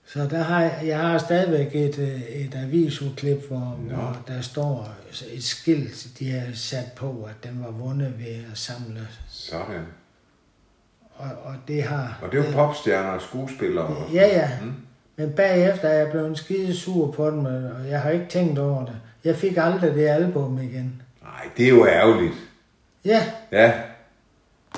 Speaker 2: Så der har jeg, jeg har stadigvæk et, øh, et avisudklip, hvor,
Speaker 1: Nå.
Speaker 2: ja. hvor der står et skilt, de har sat på, at den var vundet ved at samle.
Speaker 1: Sådan.
Speaker 2: og, og det har...
Speaker 1: Og det er jo popstjerner og skuespillere. og sådan
Speaker 2: Ja, ja.
Speaker 1: noget. Mm.
Speaker 2: Men bagefter er jeg blevet skide sur på dem, og jeg har ikke tænkt over det. Jeg fik aldrig det album igen.
Speaker 1: Nej, det er jo ærgerligt.
Speaker 2: Ja,
Speaker 1: Ja,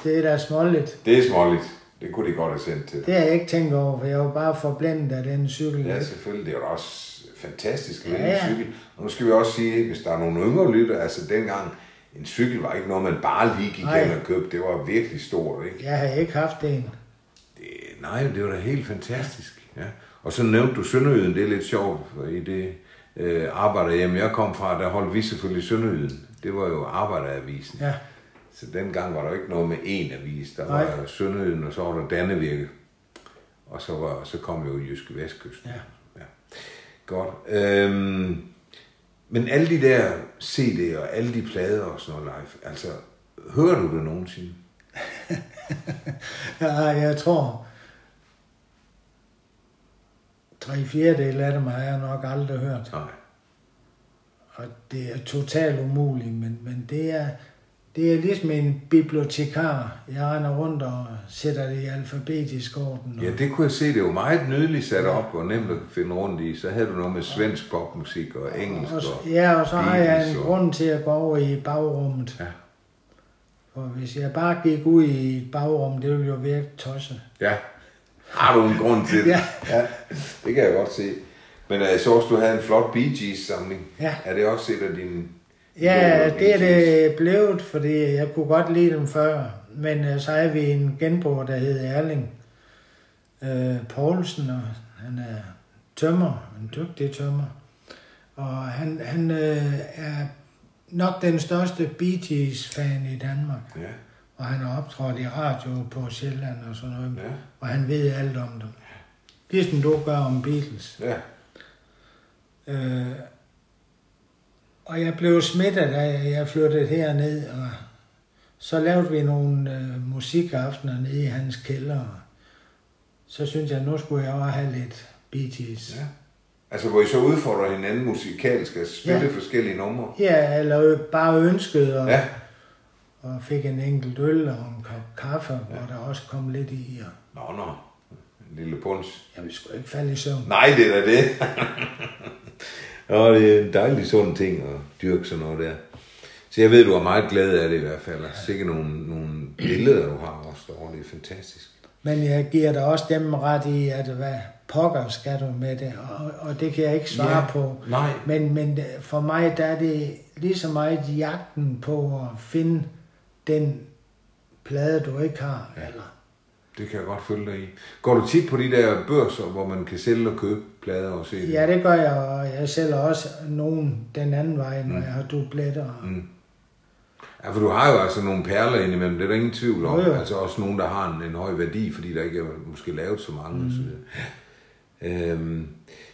Speaker 2: det er da småligt.
Speaker 1: det er småligt. Det kunne de godt have sendt til dig.
Speaker 2: Det har jeg ikke tænkt over, for jeg var bare forblændet af den cykel.
Speaker 1: Ja, selvfølgelig. Det er jo også fantastisk med
Speaker 2: Ja,
Speaker 1: ja, ja.
Speaker 2: ja.
Speaker 1: en cykel. Og nu skal vi også sige, hvis der er nogle yngre lytter, altså dengang, en cykel var ikke noget, man bare lige gik
Speaker 2: Nej.
Speaker 1: hen og købte. Det var virkelig stort, ikke?
Speaker 2: Jeg har ikke haft en.
Speaker 1: Det, nej, det var da helt fantastisk. Ja. Og så nævnte du Sønderjyden. Det er lidt sjovt, for i det øh, arbejderhjem, jeg kom fra, der holdt vi selvfølgelig Sønderjyden. Det var jo Arbejderavisen.
Speaker 2: Ja,
Speaker 1: Så dengang var der jo ikke noget med én avis. Der
Speaker 2: Nej.
Speaker 1: var jo Sønderjyden, og så var der Dannevirke. Og så, var, så kom jo Jyske Vestkysten.
Speaker 2: Ja.
Speaker 1: ja. Godt. Øhm, men alle de der CD'er og alle de plader og sådan noget live, altså, hører du det nogensinde?
Speaker 2: ja jeg tror... Tre fjerdedel af dem har jeg nok aldrig hørt.
Speaker 1: Nej.
Speaker 2: Og det er totalt umuligt, men, men det, er, det er ligesom en bibliotekar. Jeg render rundt og sætter det i alfabetisk orden. Og,
Speaker 1: Ja, det kunne jeg se. Det var meget nydeligt sat op og nemt at finde rundt i. Så havde du noget med svensk popmusik og engelsk.
Speaker 2: og,
Speaker 1: Og...
Speaker 2: ja, og så har jeg en
Speaker 1: Beatles og-
Speaker 2: grund til at gå over i bagrummet.
Speaker 1: Ja.
Speaker 2: For hvis jeg bare gik ud i et bagrum, det ville jo virke tosset.
Speaker 1: ja. Har du en grund til det?
Speaker 2: Ja.
Speaker 1: ja. Det kan jeg godt se. Men øh, jeg så også, du havde en flot Bee Gees-samling.
Speaker 2: Ja,
Speaker 1: Er det også et af dine...
Speaker 2: ja
Speaker 1: idoler,
Speaker 2: det er
Speaker 1: Bee Gees?
Speaker 2: det blevet, fordi jeg kunne godt lide dem før. Men øh, så er vi en genbruger, der hedder Erling øh, Poulsen, og han er tømmer, en dygtig tømmer. Og han, han øh, er nok den største Bee Gees-fan i Danmark.
Speaker 1: Ja,
Speaker 2: Og han har optrådt i radio på Sjælland og sådan noget.
Speaker 1: ja,
Speaker 2: Og han ved alt om dem. Ligesom du gør om Beatles.
Speaker 1: ja.
Speaker 2: Øh, og jeg blev smittet, da jeg flyttede herned, og så lavede vi nogle øh, musikaftener nede i hans kælder. Så syntes jeg, at nu skulle jeg også have lidt Bee Gees.
Speaker 1: ja. Altså, hvor I så udfordrer hinanden musikalsk og spille ja. forskellige numre.
Speaker 2: Ja, eller ø- bare ønskede, og,
Speaker 1: Ja.
Speaker 2: og fik en enkelt øl og en kop kaffe, ja. hvor der også kom lidt i. Og
Speaker 1: Nå, nå. En lille punch.
Speaker 2: jeg ville sgu ikke falde i søvn.
Speaker 1: Nej, det er da det. *laughs* og det er en dejlig sund ting at dyrke sådan noget der. Så jeg ved, du er meget glad af det i hvert fald. Og sikkert nogle, nogle billeder, du har også derovre. Det er fantastisk.
Speaker 2: Men jeg giver dig også dem ret i, at hvad pokker skal du med det? Og, og det kan jeg ikke svare
Speaker 1: Ja.
Speaker 2: på.
Speaker 1: Nej.
Speaker 2: Men, men øh, for mig, der er det lige så meget jagten på at finde den plade, du ikke har. Ja. Eller,
Speaker 1: Det kan jeg godt følge dig i. Går du tit på de der børser, hvor man kan sælge og købe plader og se
Speaker 2: ja, det gør jeg, og jeg sælger også nogen den anden vej, når mm. jeg har dubletter. Mm.
Speaker 1: Ja, for du har jo altså nogle perler indimellem, det er der ingen tvivl om.
Speaker 2: Jo, jo.
Speaker 1: Altså også nogen, der har en, en høj værdi, fordi der ikke er måske lavet så mange. Mm. Så, øhm,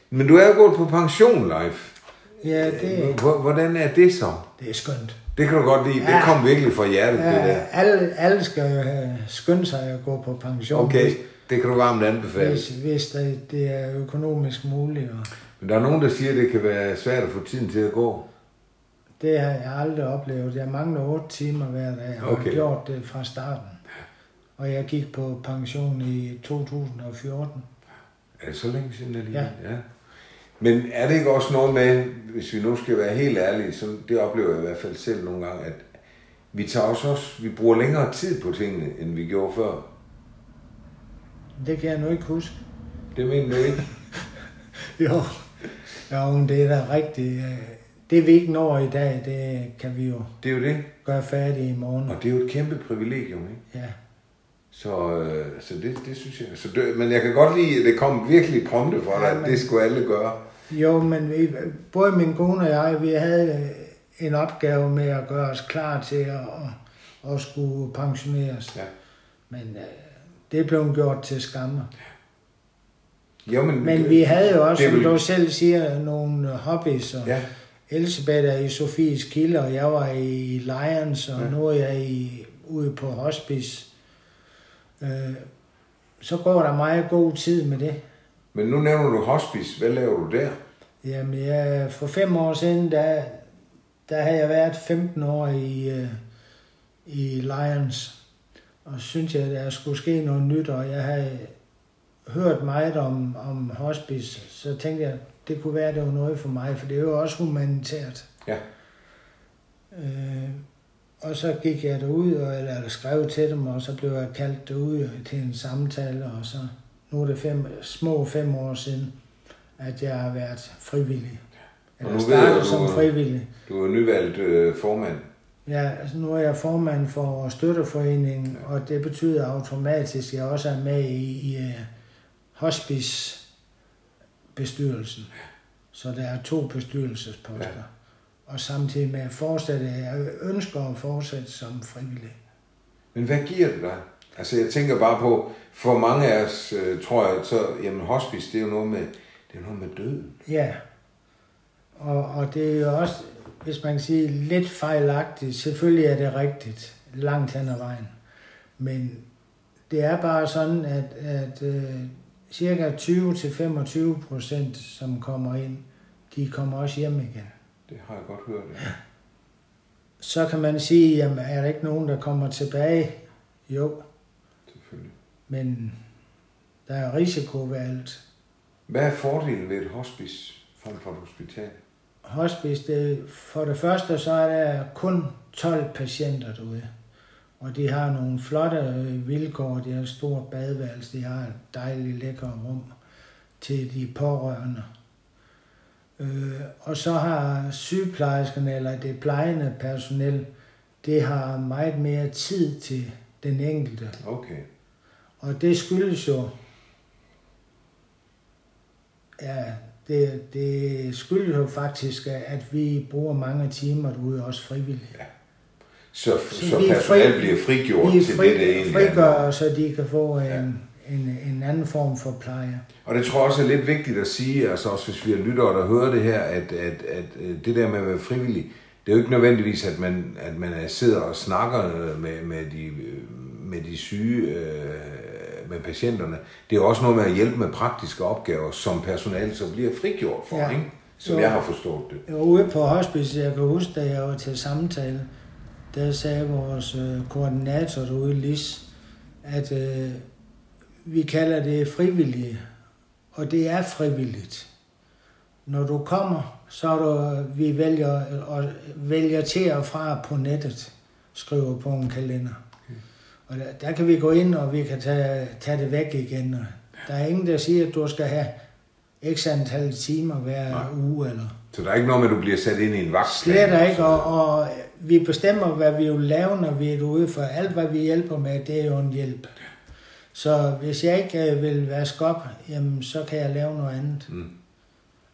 Speaker 1: men du er jo gået på pension, Leif.
Speaker 2: Ja, det,
Speaker 1: H- h- Hvordan er det så?
Speaker 2: det er skønt.
Speaker 1: Det kan du godt lide. Ja. Det
Speaker 2: Ja.
Speaker 1: kom virkelig fra hjertet, ja. det der.
Speaker 2: Ja, alle, alle skal jo have- skynde sig at gå på pension,
Speaker 1: Okay,
Speaker 2: hvis,
Speaker 1: det kan du varmt anbefale.
Speaker 2: hvis, hvis det, det er økonomisk muligt. Og,
Speaker 1: Men der er nogen, der siger, at det kan være svært at få tiden til at gå.
Speaker 2: Det har jeg aldrig oplevet. Jeg mangler 8 timer hver dag. Jeg har
Speaker 1: Okay.
Speaker 2: okay. gjort det fra starten. Og jeg gik på pension i 2014.
Speaker 1: Er det så længe siden alligevel?
Speaker 2: Ja.
Speaker 1: ja. Men er det ikke også noget med, hvis vi nu skal være helt ærlige, så det oplever jeg i hvert fald selv nogle gange, at vi tager også, også vi bruger længere tid på tingene, end vi gjorde før.
Speaker 2: Det kan jeg nu ikke
Speaker 1: *laughs*
Speaker 2: huske.
Speaker 1: Det mener du ikke?
Speaker 2: Jo, jo men det er da rigtigt. øh, Det vi ikke når i dag, det kan vi jo
Speaker 1: Det er jo det.
Speaker 2: gøre færdigt i morgen.
Speaker 1: Og det er jo et kæmpe privilegium, ikke?
Speaker 2: Ja.
Speaker 1: Så, øh, så det, det synes jeg. Så det, men jeg kan godt lide, at det kom virkelig prompte fra dig,
Speaker 2: Ja,
Speaker 1: ja, men...
Speaker 2: men-
Speaker 1: det skulle alle gøre.
Speaker 2: Jo, men vi, både min kone og jeg, vi havde øh, en opgave med at gøre os klar til at, at, at skulle pensioneres.
Speaker 1: Ja.
Speaker 2: Men øh, det blev gjort til skammer.
Speaker 1: Jo, men,
Speaker 2: Men vi havde jo også,
Speaker 1: det er
Speaker 2: som
Speaker 1: vel-
Speaker 2: du selv siger, nogle hobbies. Og
Speaker 1: Ja,
Speaker 2: Elisabeth er i Sofies Kilde, og jeg var i Lions, og
Speaker 1: Ja.
Speaker 2: ja. nu er jeg i, ude på hospice. Øh, så går der meget god tid med det.
Speaker 1: men nu nævner du hospice. Hvad laver du der?
Speaker 2: Jamen, jeg, for fem år siden, der, der havde jeg været 15 år i, øh, i Lions. og syntes jeg, at der skulle ske noget nyt, og jeg havde hørt meget om, om hospice, så tænkte jeg, det kunne være, at det var noget for mig, for det er jo også humanitært.
Speaker 1: Ja.
Speaker 2: Øh, og så gik jeg derud, og eller, eller skrev til dem, og så blev jeg kaldt derud til en samtale, og så nu er det fem, små fem år siden, at jeg har været frivillig.
Speaker 1: Og
Speaker 2: Eller
Speaker 1: nu ved jeg,
Speaker 2: startet
Speaker 1: du
Speaker 2: som
Speaker 1: er-
Speaker 2: frivillig.
Speaker 1: Du er nyvalgt øh, formand.
Speaker 2: Ja, altså nu er jeg formand for støtteforeningen, og det betyder automatisk, at jeg også er med i, i øh, hospice-bestyrelsen. Så der er to bestyrelsesposter.
Speaker 1: Ja.
Speaker 2: Ja. Og samtidig med at fortsætte, jeg ønsker at fortsætte som frivillig.
Speaker 1: Men hvad giver det dig? Altså jeg tænker bare på, for mange af os, øh, tror jeg, så, jamen hospice, det er jo noget med, det er jo noget med døden.
Speaker 2: Ja. Og, og det er jo også, hvis man kan sige, lidt fejlagtigt. Selvfølgelig er det rigtigt, langt hen ad vejen. Men det er bare sådan, at, at øh, cirka 20-25 procent, som kommer ind, de kommer også hjem igen.
Speaker 1: Det har jeg godt hørt. Ja.
Speaker 2: Så kan man sige, jamen er der ikke nogen, der kommer tilbage? Jo,
Speaker 1: Selvfølgelig.
Speaker 2: men der er risiko ved alt.
Speaker 1: Hvad er fordelen ved et hospice frem for et hospital?
Speaker 2: hospice, det, for det første så er der kun 12 patienter derude. Og de har nogle flotte øh, vilkår. De har et stort badeværelse. De har et dejligt lækker rum til de pårørende. Øh, og så har sygeplejerskerne eller det plejende personel, det har meget mere tid til den enkelte.
Speaker 1: Okay.
Speaker 2: Og det skyldes jo, ja, det, det skyldes jo faktisk, at vi bruger mange timer derude, også frivilligt.
Speaker 1: Så, så,
Speaker 2: vi er fri-
Speaker 1: personalet bliver frigjort
Speaker 2: Vi
Speaker 1: til det, det
Speaker 2: fri,
Speaker 1: egentlig er.
Speaker 2: frigør, så de kan få en,
Speaker 1: Ja.
Speaker 2: en, en anden form for pleje.
Speaker 1: Og det tror jeg også er lidt vigtigt at sige, altså også hvis vi har lyttere, der hører det her, at, at, at øh, det der med at være frivillig, det er jo ikke nødvendigvis, at man, at man er- sidder og snakker øh, med, med, de, øh, med de syge, øh, med patienterne. Det er jo også noget med at hjælpe med praktiske opgaver, som personalet så bliver frigjort for, ja.
Speaker 2: Ja.
Speaker 1: ikke? Som
Speaker 2: Jo.
Speaker 1: jeg har forstået det.
Speaker 2: Jeg var ude på hospice, jeg kan huske, da jeg var til samtale, der sagde vores øh, koordinator derude, Lis, at øh, vi kalder det frivillige, og det er frivilligt. Når du kommer, så er du, vi vælger, og vælger til og fra på nettet, skriver på en kalender. Og der, der kan vi gå ind, og vi kan tage, tage det væk igen. Og der er ingen, der siger, at du skal have x antal timer hver
Speaker 1: Nej.
Speaker 2: uge. Eller.
Speaker 1: Så der er ikke noget med, at du bliver sat ind i en vagt. Altså.
Speaker 2: Slet ikke, og, og vi bestemmer, hvad vi vil lave, når vi er ude, for alt, hvad vi hjælper med, det er jo en hjælp. Så hvis jeg ikke øh, vil vaske op, jamen, så kan jeg lave noget andet.
Speaker 1: Mm.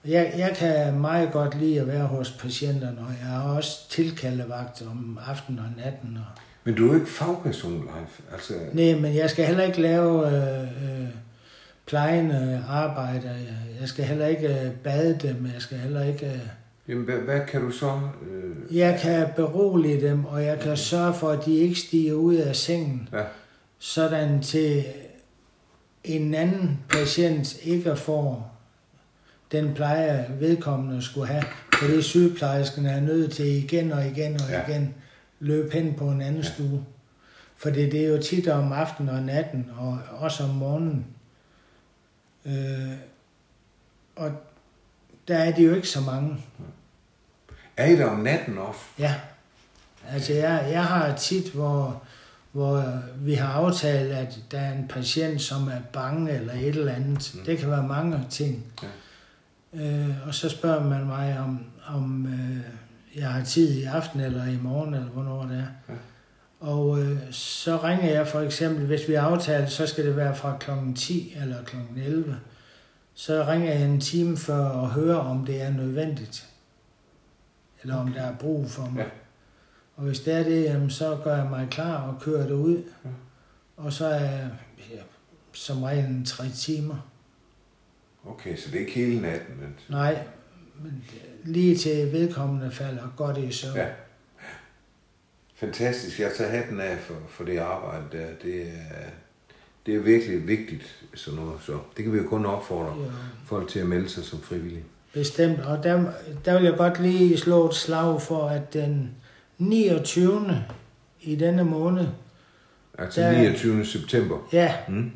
Speaker 2: Jeg, jeg kan meget godt lide at være hos patienterne, og jeg har også tilkaldevagt om aftenen og natten. Og...
Speaker 1: Men du er jo ikke fagperson, Leif. Altså,
Speaker 2: Nej, men jeg skal heller ikke lave øh, øh, plejende arbejde. Jeg skal heller ikke øh, bade dem. Jeg skal heller ikke... Øh...
Speaker 1: jamen, hvad, hvad kan du så... Øh,
Speaker 2: Jeg kan berolige dem, og jeg kan sørge for, at de ikke stiger ud af sengen,
Speaker 1: ja.
Speaker 2: sådan til en anden patient ikke får den pleje, vedkommende skulle have. For det sygeplejersken er nødt til igen og igen og
Speaker 1: Ja.
Speaker 2: ja. igen løbe hen på en anden ja. stue. For det, det er jo tit om aftenen og natten, og også om morgenen. Øh, og der er de jo ikke så mange.
Speaker 1: Er I der om natten også?
Speaker 2: Ja. Altså, jeg, jeg har tit, hvor, hvor vi har aftalt, at der er en patient, som er bange eller et eller andet.
Speaker 1: Mm.
Speaker 2: Mm. Det kan være mange ting.
Speaker 1: Ja.
Speaker 2: Øh, og så spørger man mig, om, om øh, jeg har tid i aften eller i morgen, eller hvornår det er.
Speaker 1: Ja.
Speaker 2: Og øh, så ringer jeg for eksempel, hvis vi har aftalt, så skal det være fra kl. 10 eller kl. 11. Så ringer jeg en time før og hører, om det er nødvendigt. Eller om der er brug for mig.
Speaker 1: Ja.
Speaker 2: Og hvis det er det, jamen, så gør jeg mig klar og kører det ud.
Speaker 1: Ja.
Speaker 2: Og så er jeg ja, som regel en tre timer.
Speaker 1: Okay, så det er ikke hele natten, men...
Speaker 2: Nej, men lige til vedkommende falder godt i søvn.
Speaker 1: Ja. Fantastisk. Jeg tager hatten af for, for det arbejde der. Det er, det er virkelig vigtigt, sådan noget. Så det kan vi jo kun opfordre
Speaker 2: Jo,
Speaker 1: folk til at melde sig som frivillige.
Speaker 2: Bestemt. Og der, der vil jeg godt lige slå et slag for, at den 29. i denne måned,
Speaker 1: Altså
Speaker 2: Der-
Speaker 1: 29. september.
Speaker 2: Ja,
Speaker 1: Mm.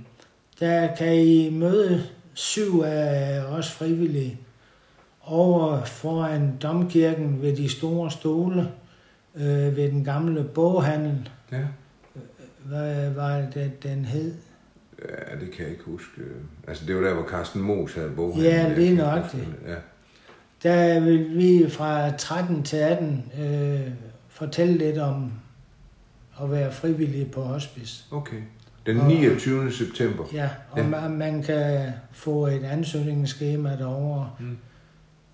Speaker 2: der kan I møde syv af os frivillige over foran domkirken ved de store stole, øh, ved den gamle boghandel,
Speaker 1: Ja.
Speaker 2: hvad var det, den hed?
Speaker 1: ja, det kan jeg ikke huske. Altså, det var der, hvor Carsten Moos havde bogen.
Speaker 2: Ja, lige nøjagtigt.
Speaker 1: Ja.
Speaker 2: Der vil vi fra 13 til 18 øh, fortælle lidt om at være frivillig på hospice.
Speaker 1: Okay. Den
Speaker 2: Og-
Speaker 1: 29. september.
Speaker 2: Ja, og
Speaker 1: Ja.
Speaker 2: ja. Man, man kan få et ansøgningsskema derovre.
Speaker 1: Mm.
Speaker 2: Mm.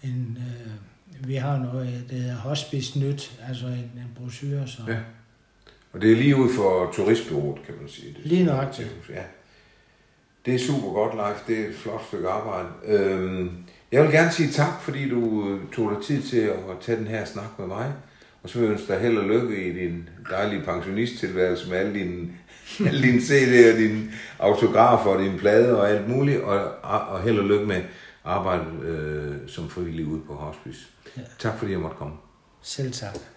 Speaker 2: En, øh, vi har noget, der hedder Hospice Nyt, altså en, en brochure. Så.
Speaker 1: Ja. Og det er lige ud for turistbyrået, kan man sige. Det
Speaker 2: Lige nøjagtigt.
Speaker 1: Ja. Det er super godt, Leif. Det er et flot stykke arbejde. Øhm, jeg vil gerne sige tak, fordi du øh, tog dig tid til at tage den her snak med mig. Og så vil jeg ønske dig held og lykke i din dejlige pensionisttilværelse med alle dine, *laughs* alle dine CD'er, dine autografer og dine plader og alt muligt. Og, og held og lykke med arbejdet øh, som frivillig ude på Hospice. Ja. Tak fordi jeg måtte komme.
Speaker 2: Selv tak.